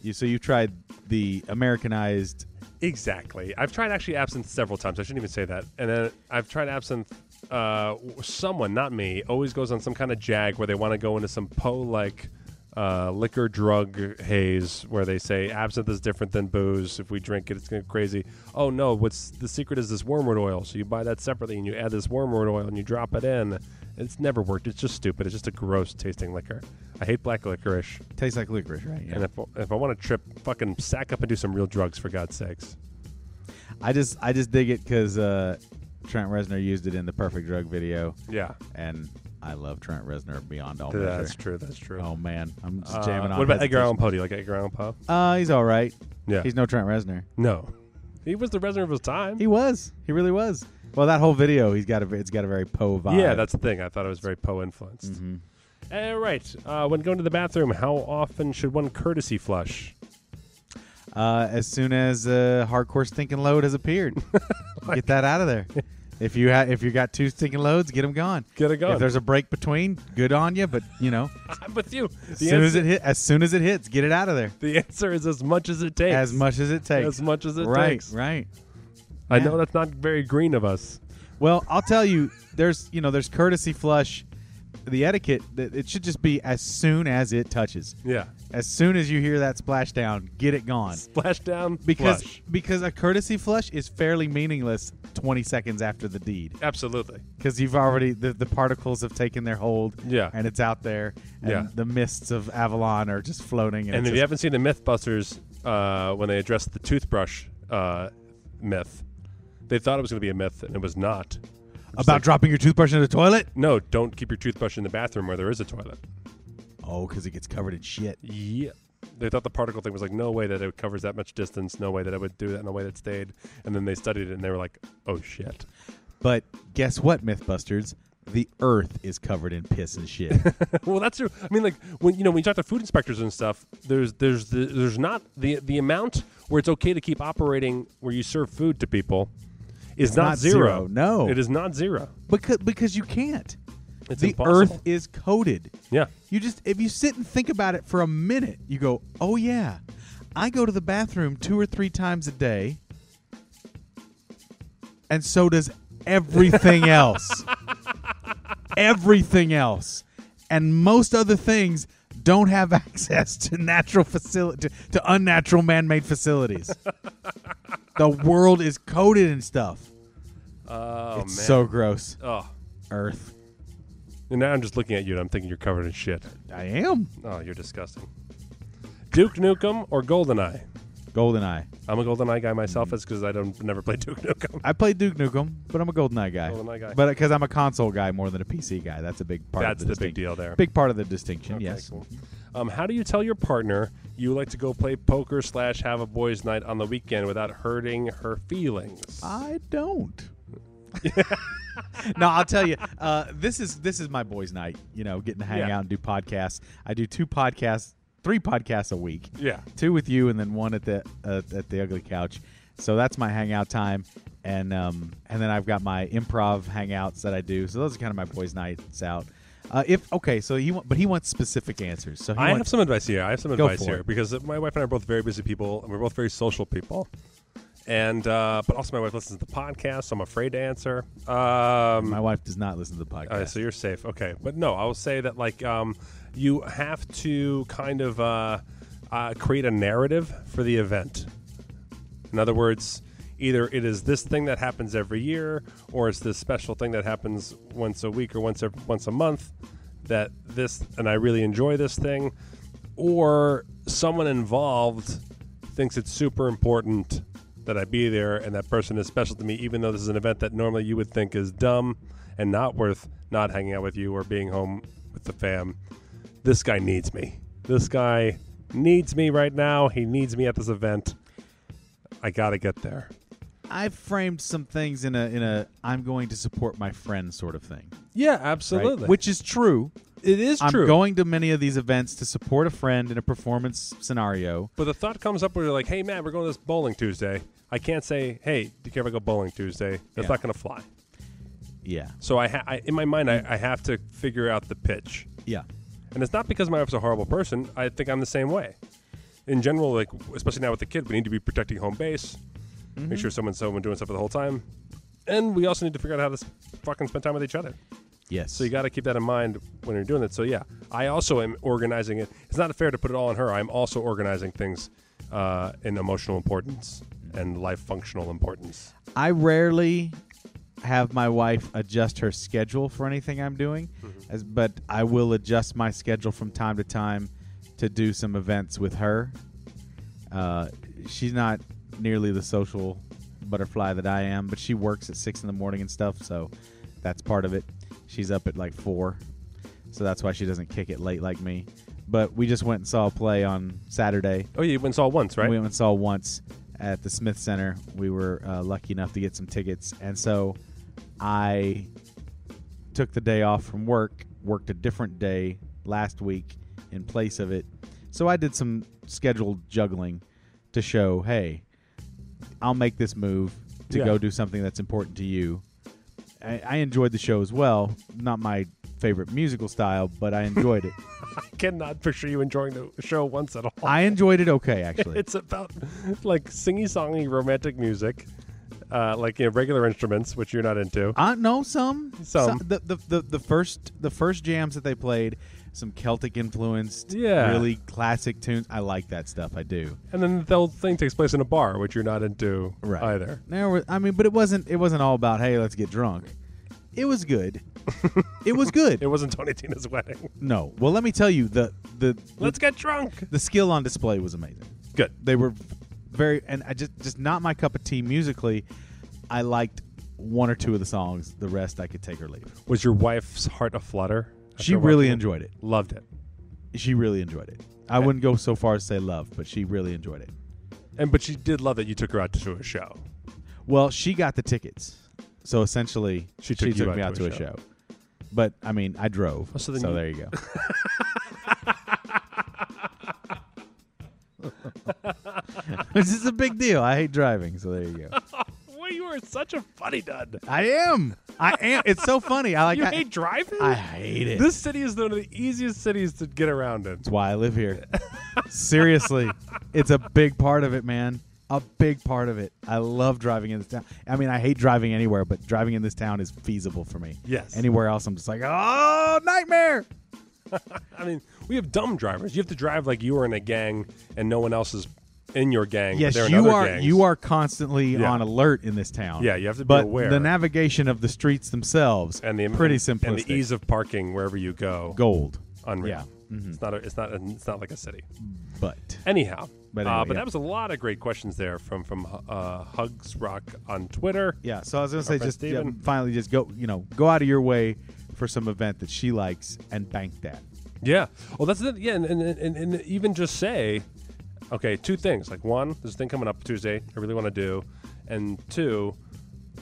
S2: you so you tried the Americanized.
S1: Exactly. I've tried actually absinthe several times. I shouldn't even say that. And then I've tried absinthe. Uh, w- someone, not me, always goes on some kind of jag where they want to go into some Poe like uh, liquor drug haze where they say absinthe is different than booze. If we drink it, it's going to crazy. Oh no, what's the secret is this wormwood oil. So you buy that separately and you add this wormwood oil and you drop it in. It's never worked. It's just stupid. It's just a gross tasting liquor. I hate black licorice.
S2: Tastes like licorice, right? Yeah.
S1: And if, if I want to trip, fucking sack up and do some real drugs for God's sakes.
S2: I just I just dig it because uh, Trent Reznor used it in the Perfect Drug video,
S1: Yeah.
S2: and I love Trent Reznor beyond all measure.
S1: That's true. That's true.
S2: Oh man, I'm just
S1: Uh,
S2: jamming on.
S1: what about
S2: hesitation.
S1: Edgar Allan Poe? Do you like Edgar Allan Poe?
S2: Uh, he's all right.
S1: Yeah.
S2: He's no Trent Reznor.
S1: no. He was the resident of his time.
S2: He was. He really was. Well, that whole video, he's got a. It's got a very Poe vibe.
S1: yeah, that's the thing. I thought it was very Poe influenced.
S2: Mm-hmm.
S1: All right. Uh, when going to the bathroom, how often should one courtesy flush?
S2: Uh, as soon as uh, hardcore stinking load has appeared, get that out of there. If you ha- if you got two stinking loads, get them gone.
S1: Get it going.
S2: If there's a break between, good on you. But you know,
S1: I'm with you. The,
S2: as soon as it hit, as soon as it hits, get it out of there.
S1: the answer is as much as it takes.
S2: As much as it takes.
S1: As much as it
S2: right,
S1: takes.
S2: Right.
S1: I know that's not very green of us.
S2: Well, I'll tell you, there's you know there's courtesy flush, the etiquette that it should just be as soon as it touches.
S1: Yeah.
S2: As soon as you hear that splash down, get it gone.
S1: Splash down.
S2: Because
S1: flush.
S2: because a courtesy flush is fairly meaningless 20 seconds after the deed
S1: Absolutely.
S2: because you've already the, the particles have taken their hold
S1: Yeah.
S2: and it's out there and
S1: Yeah.
S2: the mists of Avalon are just floating and,
S1: And
S2: it's
S1: if you
S2: just-
S1: haven't seen the Mythbusters, uh, when they addressed the toothbrush uh, myth, they thought it was going to be a myth, and it was not.
S2: about dropping your toothbrush in the toilet.
S1: No, don't keep your toothbrush in the bathroom where there is a toilet.
S2: Oh, because it gets covered in shit.
S1: Yeah. They thought the particle thing was like, no way that it covers that much distance, no way that it would do that in a way that stayed. And then they studied it and they were like, oh shit.
S2: But guess what, MythBusters? The Earth is covered in piss and shit.
S1: well, that's true. I mean, like when you know when you talk to food inspectors and stuff, there's there's the, there's not the the amount where it's okay to keep operating where you serve food to people is not,
S2: not
S1: zero.
S2: zero, no.
S1: it is not zero.
S2: because because you can't.
S1: It's
S2: the
S1: impossible.
S2: Earth is coated.
S1: Yeah,
S2: You just if you sit and think about it for a minute, you go, "Oh yeah, I go to the bathroom two or three times a day, and so does everything else. everything else, and most other things." Don't have access to natural facility to, to unnatural man-made facilities. the world is coated in stuff.
S1: oh
S2: It's
S1: man,
S2: so gross.
S1: oh.
S2: Earth.
S1: And now I'm just looking at you and I'm thinking you're covered in shit.
S2: I am.
S1: Oh, you're disgusting. Duke Nukem or Goldeneye?
S2: Goldeneye.
S1: I'm a Goldeneye guy
S2: Mm.
S1: myself, it's because I don't never play Duke Nukem.
S2: I played Duke Nukem, but I'm a GoldenEye guy.
S1: GoldenEye guy.
S2: But because I'm a console guy more than a PC guy, that's a big part.
S1: That's
S2: of
S1: the
S2: the,
S1: big
S2: distinct-
S1: deal there.
S2: Big part of the distinction.
S1: Okay,
S2: yes.
S1: cool. Um, how do you tell your partner you like to go play poker slash have a boys' night on the weekend without hurting her feelings?
S2: I don't. no, I'll tell you. Uh, this is this is my boys' night. You know, getting to hang
S1: Yeah.
S2: out and do podcasts. I do two podcasts, three podcasts a week.
S1: yeah.
S2: two with you and then one at the uh, at the ugly couch so that's my hangout time and um and then i've got my improv hangouts that i do so those are kind of my boys nights out uh, if okay so he want, but he wants specific answers so he
S1: I have
S2: wants
S1: some advice here. I have some
S2: Go
S1: advice
S2: for
S1: here
S2: it.
S1: because my wife and I are both very busy people, and we're both very social people. And uh, but also my wife listens to the podcast, so I'm afraid to answer. Um,
S2: my wife does not listen to the podcast
S1: All right, Oh, so you're safe. Okay, but no, I will say that like um, you have to kind of uh, uh, create a narrative for the event. In other words, either it is this thing that happens every year, or it's this special thing that happens once a week or once ev- once a month. That this and I really enjoy this thing, or someone involved thinks it's super important that I be there, and that person is special to me, even though this is an event that normally you would think is dumb and not worth not hanging out with you or being home with the fam. This guy needs me. This guy needs me right now. He needs me at this event. I gotta get there.
S2: i've framed some things in a in a i'm going to support my friend sort of thing
S1: Yeah,
S2: right?
S1: absolutely.
S2: which is true
S1: it is
S2: i'm
S1: true.
S2: going to many of these events to support a friend in a performance scenario
S1: but the thought comes up where you're like, "Hey, man, we're going to this bowling Tuesday." I can't say, "Hey, do you care if I go bowling Tuesday?" That's
S2: Yeah.
S1: not gonna fly.
S2: yeah
S1: So I, ha- I in my mind, I, I have to figure out the pitch.
S2: yeah
S1: And it's not because my wife's a horrible person. I think I'm the same way. In general, like especially now with the kid, we need to be protecting home base, make sure someone's home and doing stuff for the whole time, and we also need to figure out how to s- fucking spend time with each other.
S2: yes
S1: So you got to keep that in mind when you're doing it. So yeah, I also am organizing it. It's not fair to put it all on her. I'm also organizing things uh, in emotional importance and life functional importance.
S2: I rarely have my wife adjust her schedule for anything I'm doing, as, but I will adjust my schedule from time to time to do some events with her. Uh, she's not nearly the social butterfly that I am, but she works at six in the morning and stuff, so that's part of it. She's up at like four, so that's why she doesn't kick it late like me. But we just went and saw a play on Saturday.
S1: Oh yeah, you went and saw it once, right?
S2: We went and saw once at the Smith Center. We were uh, lucky enough to get some tickets, and so I took the day off from work, worked a different day last week in place of it. So I did some scheduled juggling to show, hey, I'll make this move to
S1: Yeah.
S2: go do something that's important to you. I, I enjoyed the show as well. Not my favorite musical style, but I enjoyed it.
S1: I cannot picture you enjoying the show once at all.
S2: I enjoyed it okay, actually.
S1: It's about like singy songy romantic music uh, like you know, regular instruments, which you're not into.
S2: I know some.
S1: Some.
S2: the, the, the the first the first jams that they played, some Celtic influenced,
S1: Yeah.
S2: really classic tunes. I like that stuff. I do.
S1: And then the whole thing takes place in a bar, which you're not into
S2: Right.
S1: either.
S2: There was, I mean, but it wasn't it wasn't all about hey, let's get drunk. It was good. it was good.
S1: It wasn't Tony Tina's wedding.
S2: no. Well, let me tell you the the
S1: Let's get drunk.
S2: the skill on display was amazing.
S1: Good.
S2: They were very and I just just not my cup of tea musically. I liked one or two of the songs. The rest I could take or leave.
S1: Was your wife's heart aflutter? after
S2: She really
S1: watching it?
S2: enjoyed it.
S1: Loved it.
S2: She really enjoyed it. I wouldn't go so far as say love, but she really enjoyed it.
S1: And but she did love that you took her out to a show.
S2: Well, she got the tickets, so essentially
S1: She took you out
S2: me out to a, show. But I mean, I drove,
S1: Oh, so
S2: so,
S1: then you-
S2: there you go. this is a big deal. I hate driving, so there you go.
S1: Well, you are such a funny dud.
S2: I am. I am. It's so funny. I like.
S1: You
S2: I,
S1: hate driving?
S2: I hate it.
S1: this city is one of the easiest cities to get around in.
S2: That's why I live here. Seriously, it's a big part of it, man. A big part of it. I love driving in this town. I mean, I hate driving anywhere, but driving in this town is feasible for me.
S1: Yes.
S2: Anywhere else, I'm just like, oh, nightmare.
S1: I mean, we have dumb drivers. You have to drive like you are in a gang and no one else is in your gang.
S2: Yes,
S1: but they're in other
S2: you are.
S1: Gangs.
S2: You are constantly
S1: Yeah.
S2: on alert in this town.
S1: Yeah, you have to be
S2: but
S1: aware.
S2: The navigation of the streets themselves
S1: and the
S2: pretty
S1: and-
S2: simplistic.
S1: and the ease of parking wherever you go.
S2: gold,
S1: unreal.
S2: Yeah. Mm-hmm. Hmm.
S1: It's not. A, it's not. It's not like a city.
S2: but
S1: Anyhow,
S2: But
S1: uh,
S2: anyway,
S1: but
S2: yeah.
S1: that was a lot of great questions there from from uh, Hugs Rock on Twitter.
S2: Yeah, so I was gonna say
S1: friend
S2: just yeah,
S1: Steven.
S2: finally just go you know go out of your way for some event that she likes and bank that.
S1: Yeah. Well, that's it. Yeah, and, and, and, and even just say, okay, two things. Like one, there's a thing coming up Tuesday. I really want to do, and two,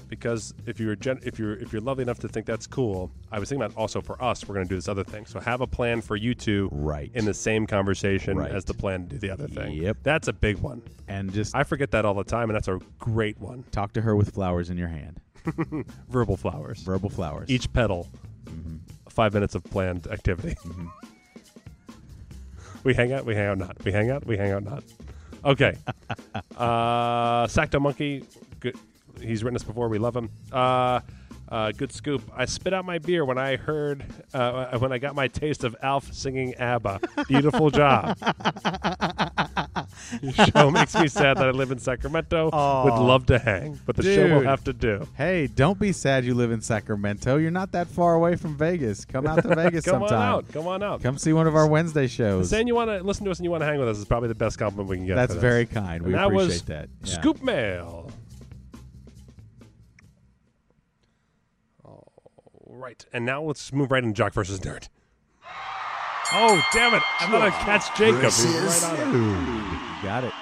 S1: because if you're gen- if you're if you're lovely enough to think that's cool, I was thinking about also for us, we're going to do this other thing. So have a plan for you two,
S2: Right.
S1: in the same conversation
S2: Right.
S1: as the plan to do the other thing.
S2: Yep.
S1: That's a big one.
S2: and just
S1: I forget that all the time, and that's a great one.
S2: talk to her with flowers in your hand,
S1: Verbal flowers.
S2: verbal flowers.
S1: Each petal,
S2: Mm-hmm.
S1: five minutes of planned activity. we hang out, we hang out, not. We hang out, we hang out, not. Okay. uh, Sacto Monkey, good. He's written us before. We love him. Uh, uh, good scoop. I spit out my beer when I heard uh, when I got my taste of Alf singing ABBA. Beautiful job. Your show makes me sad that I live in Sacramento. Would love to hang, but the show will
S2: Dude.
S1: have to do.
S2: hey, don't be sad. You live in Sacramento. You're not that far away from Vegas. Come out to Vegas
S1: Come
S2: sometime.
S1: on out. Come on out.
S2: Come see one of our Wednesday shows.
S1: Saying you want to listen to us and you want to hang with us is probably the best compliment we can get.
S2: That's
S1: for this.
S2: very kind. We
S1: And that
S2: appreciate
S1: was
S2: that. Yeah.
S1: Scoop mail. All right, and now let's move right into Jock versus Nerd. Oh damn it! I'm gonna catch Jacob. He's right on it.
S2: You got it.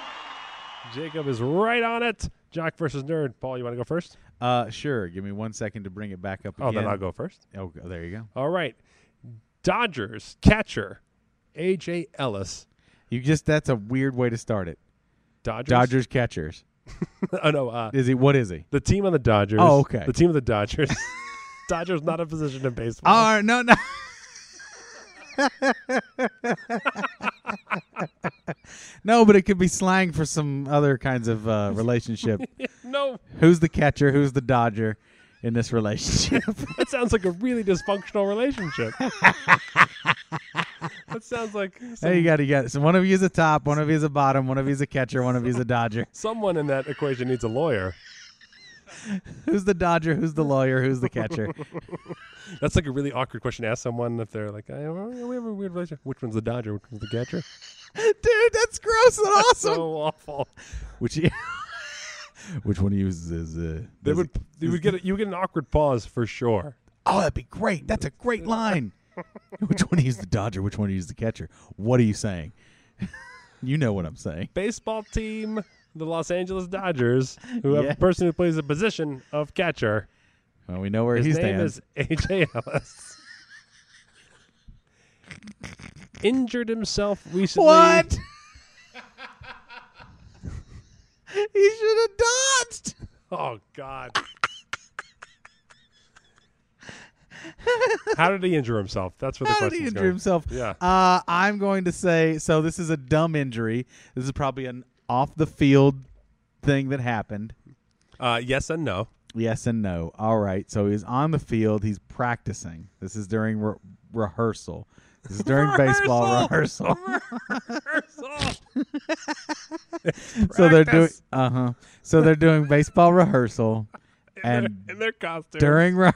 S1: Jacob is right on it. Jock versus Nerd. Paul, you want to go first?
S2: Uh, sure. Give me one second to bring it back up.
S1: Oh,
S2: again.
S1: then I'll go first.
S2: Oh, go- there you go.
S1: All right, Dodgers catcher AJ Ellis.
S2: You just that's a weird way to start it.
S1: Dodgers.
S2: Dodgers catchers.
S1: oh no. Uh,
S2: Is he? What is he?
S1: The team on the Dodgers.
S2: Oh, okay.
S1: The team of the Dodgers. Dodgers not a position in baseball.
S2: Oh no, no. no, but it could be slang for some other kinds of uh, relationship.
S1: no,
S2: who's the catcher? Who's the Dodger in this relationship?
S1: that sounds like a really dysfunctional relationship. that sounds like some-
S2: hey, you got to get so one of you is a top, one of you is a bottom, one of you is a catcher, one of you is a Dodger.
S1: someone in that equation needs a lawyer.
S2: Who's the Dodger? Who's the lawyer? Who's the catcher?
S1: That's like a really awkward question to ask someone if they're like, I, we have a weird relationship. Which one's the Dodger? Which one's the catcher?
S2: Dude, that's gross and awesome.
S1: So awful.
S2: Which which one of you is? is uh,
S1: They
S2: is-
S1: would, you would get, a, you would get an awkward pause for sure.
S2: Oh, that'd be great. That's a great line. which one to use the Dodger? Which one to use the catcher? What are you saying? you know what I'm saying.
S1: Baseball team, the Los Angeles Dodgers, who have
S2: Yeah.
S1: a person who plays the position of catcher.
S2: Well, we know where he
S1: His name
S2: stands.
S1: is AJ Ellis. Injured himself recently.
S2: what? he should have dodged.
S1: Oh God. How did he injure himself? That's where the
S2: How did
S1: question
S2: he
S1: is
S2: injure
S1: going.
S2: himself?
S1: Yeah.
S2: Uh, I'm going to say so. This is a dumb injury. This is probably an off the field thing that happened.
S1: Uh, yes and no.
S2: Yes and no. All right. So he's on the field. He's practicing. This is during re- rehearsal. This is during baseball rehearsal. so they're doing
S1: Practice.
S2: uh huh. So they're doing baseball rehearsal,
S1: in,
S2: and
S1: their, in their costume.
S2: during re-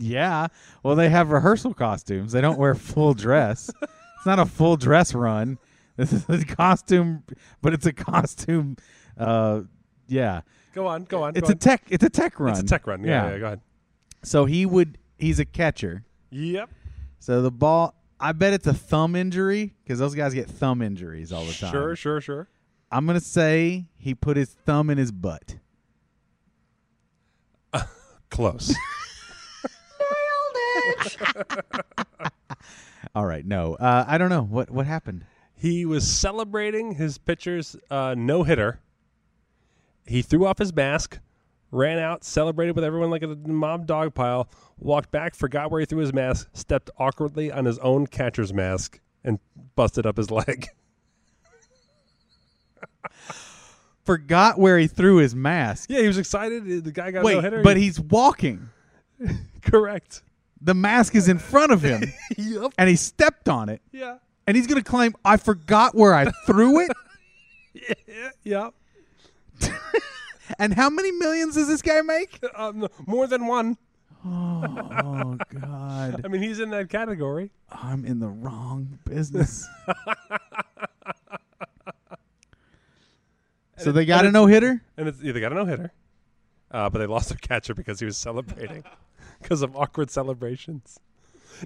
S2: yeah, well they have rehearsal costumes. They don't wear full dress. it's not a full dress run. This is a costume, but it's a costume. Uh, yeah,
S1: Go on, go on.
S2: it's
S1: go
S2: a tech. It's a tech
S1: on.
S2: run.
S1: It's a tech run. Yeah, yeah.
S2: Yeah.
S1: go ahead.
S2: So he would. He's a catcher.
S1: Yep.
S2: So the ball. I bet it's a thumb injury because those guys get thumb injuries all the time.
S1: Sure, sure, sure.
S2: I'm gonna say he put his thumb in his butt.
S1: Close.
S2: All right. No. Uh, I don't know what what happened.
S1: he was celebrating his pitcher's uh, no hitter. He threw off his mask, ran out, celebrated with everyone like a mob dog pile, walked back, forgot where he threw his mask, stepped awkwardly on his own catcher's mask, and busted up his leg.
S2: Forgot where he threw his mask.
S1: yeah, he was excited. The guy got
S2: Wait,
S1: no hitter.
S2: but he's walking.
S1: correct.
S2: The mask is in front of him,
S1: Yep.
S2: and he stepped on it,
S1: Yeah.
S2: and he's gonna claim I forgot where I threw it.
S1: Yeah.
S2: And how many millions does this guy make?
S1: Um, more than one.
S2: Oh God,
S1: I mean, he's in that category.
S2: I'm in the wrong business. so they got a no hitter.
S1: And it's, yeah, they got a no hitter, uh, but they lost their catcher because he was celebrating because of awkward celebrations.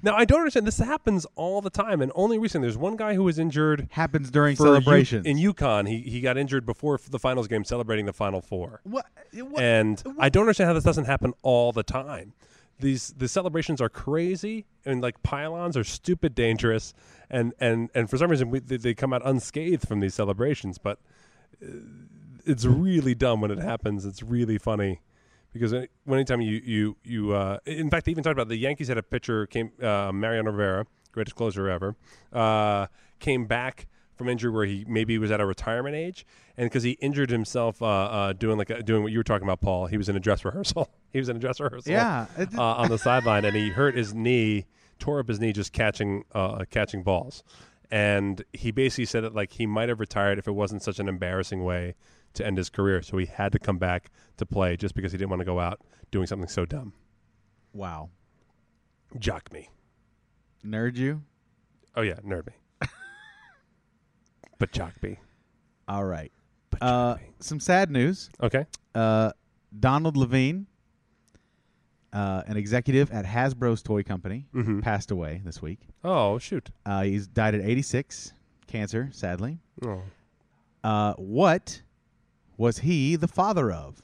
S1: Now I don't understand. This happens all the time, and only recently there's one guy who was injured
S2: Happens during
S1: for U-
S2: celebrations.
S1: in UConn. He he got injured before f- the finals game, celebrating the Final Four.
S2: what? eh, what-
S1: And I don't understand how this doesn't happen all the time. These the celebrations are crazy, and like pylons are stupid dangerous, and and and for some reason we, they, they come out unscathed from these celebrations. But uh, it's really dumb when it happens. It's really funny because any, when anytime you you you uh, in fact they even talked about the Yankees had a pitcher came uh, Mariano Rivera, greatest closer ever, uh, came back from injury where he maybe was at a retirement age, and because he injured himself uh, uh, doing like a, doing what you were talking about, Paul, he was in a dress rehearsal. he was in a dress rehearsal,
S2: Yeah, it-
S1: uh, on the sideline, and he hurt his knee, tore up his knee just catching uh, catching balls, and he basically said that like he might have retired if it wasn't such an embarrassing way to end his career, so he had to come back to play just because he didn't want to go out doing something so dumb.
S2: wow,
S1: Jock me,
S2: nerd you.
S1: oh yeah, nerd me, but jock me,
S2: All right.
S1: but jock
S2: Uh,
S1: me.
S2: some sad news.
S1: Okay,
S2: Uh, Donald Levine, uh, an executive at Hasbro's toy company,
S1: Mhm.
S2: passed away this week.
S1: oh shoot,
S2: Uh, he's died at 86, cancer, sadly.
S1: oh,
S2: Uh, what was he the father of?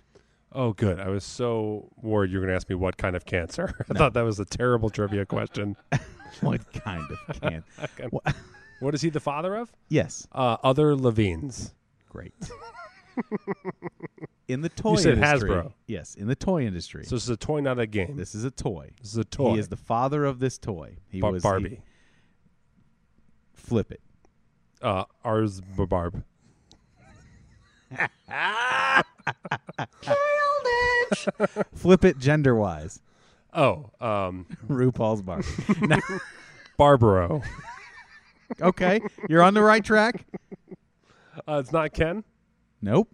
S1: oh good. I was so worried you were going to ask me what kind of cancer. I thought that was a terrible trivia question.
S2: What kind of can?
S1: What is he the father of?
S2: yes,
S1: Uh, other Levines.
S2: great. in the toy
S1: said
S2: industry,
S1: Hasbro.
S2: Yes, in the toy industry.
S1: So this is a toy, not a game. This,
S2: this is a toy.
S1: is a toy.
S2: He is the father of this toy. He
S1: Bar-
S2: was he-
S1: Barbie.
S2: flip it.
S1: uh, ours b- Barb.
S2: Flip it gender wise.
S1: Oh, um,
S2: RuPaul's Bar.
S1: Barbaro.
S2: okay, you're on the right track.
S1: uh, it's not Ken.
S2: Nope.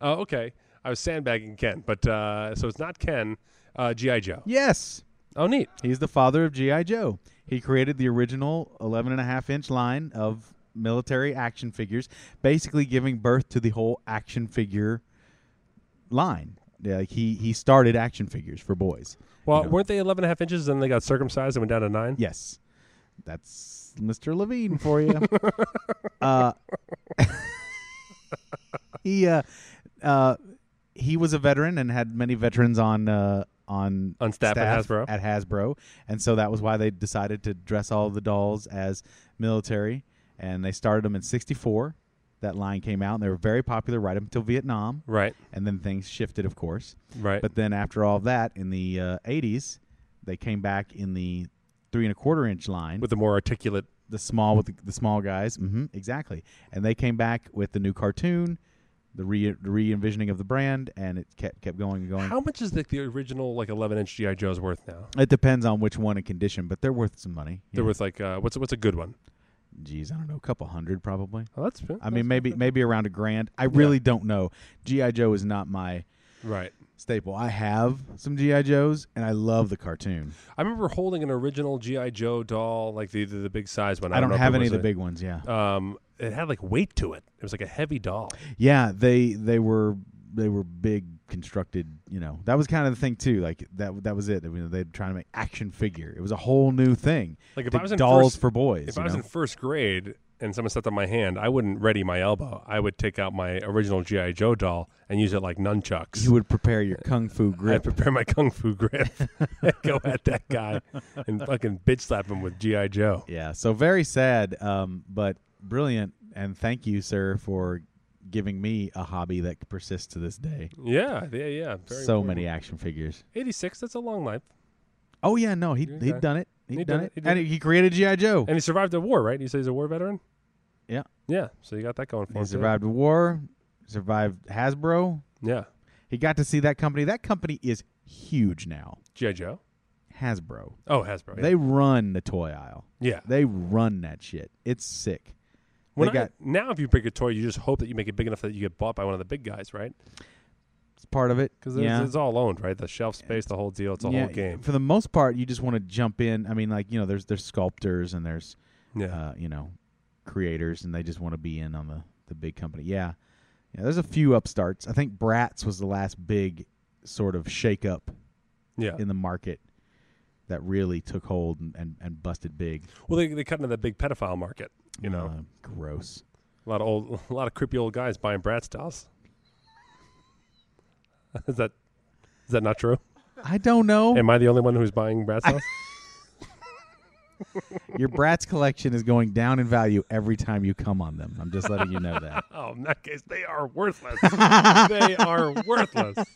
S1: Oh, okay. I was sandbagging Ken, but uh, so it's not Ken. Uh, GI Joe.
S2: Yes,
S1: Oh, neat.
S2: he's the father of GI Joe. He created the original 11 and a half inch line of military action figures, basically giving birth to the whole action figure line. Yeah, like he he started action figures for boys.
S1: Well,
S2: You know.
S1: weren't they 11 and a half inches and they got circumcised and went down to nine?
S2: Yes, that's Mr. Levine for you. uh, he uh, uh, he was a veteran and had many veterans on uh, on
S1: On staff at Hasbro.
S2: at Hasbro, and so that was why they decided to dress all the dolls as military, and they started them in '64. That line came out, and they were very popular right up until Vietnam,
S1: Right.
S2: and then things shifted, of course.
S1: Right.
S2: But then after all that, in the uh, 80s, they came back in the three and a quarter inch line
S1: With the more articulate.
S2: Mm-hmm. the small with the, the small guys. hmm exactly. And they came back with the new cartoon, the re the re envisioning of the brand, and it kept kept going and going.
S1: How much is the, the original like 11 inch GI Joe's worth now?
S2: It depends on which one and condition, but they're worth some money.
S1: They're worth like uh, what's what's a good one?
S2: geez, I don't know, a couple hundred probably.
S1: Oh, that's
S2: I mean, maybe maybe around a grand. I really don't know. GI Joe is not my
S1: right.
S2: staple. I have some GI Joes, and I love the cartoon.
S1: I remember holding an original GI Joe doll, like the the, the big size one.
S2: I, don't,
S1: know if
S2: have
S1: it
S2: any
S1: was
S2: of the
S1: a-
S2: big ones. Yeah,
S1: Um, it had like weight to it. It was like a heavy doll.
S2: yeah. They they were they were big constructed. You know, that was kind of the thing too. Like that that was it. You know, they were trying to make action figure. It was a whole new thing.
S1: Like if
S2: The
S1: I was in
S2: dolls
S1: first,
S2: for boys.
S1: if
S2: you
S1: I was
S2: know?
S1: in first grade and someone stepped on my hand, I wouldn't ready my elbow. I would take out my original GI Joe doll and use it like nunchucks.
S2: you would prepare your kung fu
S1: I'd
S2: grip.
S1: prepare my kung fu grip, and go at that guy, and fucking bitch slap him with GI Joe.
S2: Yeah, so very sad, um, but brilliant. And thank you, sir, for giving me a hobby that persists to this day.
S1: Yeah, yeah, yeah. Very
S2: so many action figures.
S1: Eighty six. That's a long life.
S2: Oh yeah, no, he
S1: Okay.
S2: he'd done it. he
S1: He
S2: had
S1: done
S2: done
S1: it,
S2: it.
S1: he did
S2: and
S1: it.
S2: he created GI Joe.
S1: And he survived a war, right? You say he's a war veteran.
S2: Yeah.
S1: Yeah. So you got that going for him.
S2: he
S1: too.
S2: survived the war. Survived Hasbro.
S1: Yeah.
S2: He got to see that company. That company is huge now.
S1: GI Joe.
S2: Hasbro.
S1: Oh, Hasbro. Yeah.
S2: They run the toy aisle.
S1: yeah.
S2: They run that shit. It's sick.
S1: When
S2: they got-
S1: I, now, if you pick a toy, you just hope that you make it big enough that you get bought by one of the big guys, right?
S2: It's part of it.
S1: Because
S2: yeah.
S1: it's all owned, right? The shelf space, the whole deal. It's a
S2: Yeah,
S1: whole game.
S2: For the most part, you just want to jump in. I mean, like you know, there's there's sculptors and there's
S1: Yeah.
S2: uh, you know creators, and they just want to be in on the the big company. Yeah, yeah. There's a few upstarts. I think Bratz was the last big sort of shakeup
S1: yeah.
S2: in the market that really took hold and and, and busted big.
S1: Well, they they cut into the big pedophile market. You know,
S2: Uh, gross.
S1: a lot of old, a lot of creepy old guys buying Bratz dolls. is that is that not true?
S2: I don't know.
S1: Am I the only one who's buying Bratz dolls?
S2: Your Bratz collection is going down in value every time you come on them. I'm just letting you know that.
S1: Oh, in that case, they are worthless. they are worthless.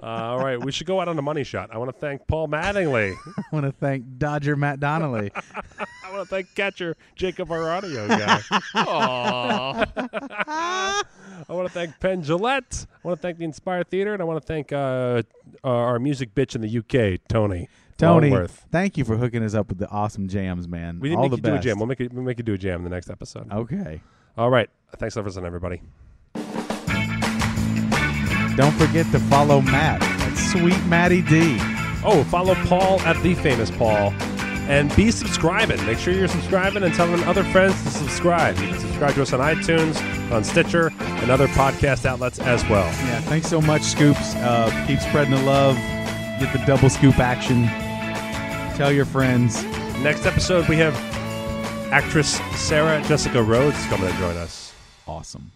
S1: Uh, all right, we should go out on a money shot. I want to thank Paul Mattingly.
S2: I want to thank Dodger Matt Donnelly.
S1: I want to thank catcher Jacob, our audio guy. Aw. I want to thank Penn Gillette. I want to thank the Inspire Theater, and I want to thank uh, our music bitch in the UK, Tony.
S2: Tony,
S1: Longworth.
S2: thank you for hooking us up with the awesome jams, man.
S1: We didn't
S2: All
S1: make
S2: the
S1: you
S2: best. Uh,
S1: do a jam. We'll make, it, we'll make you do a jam in the next episode.
S2: Okay.
S1: All right. Thanks for listening, everybody.
S2: Don't forget to follow Matt. That's sweet Matty D.
S1: Oh, follow Paul at the famous Paul, and be subscribing. Make sure you're subscribing and telling other friends to subscribe. You can subscribe to us on iTunes, on Stitcher, and other podcast outlets as well.
S2: Yeah, thanks so much, Scoops. Uh, keep spreading the love. Get the double scoop action. Tell your friends.
S1: Next episode, we have actress Sarah Jessica Rhodes coming to join us.
S2: Awesome.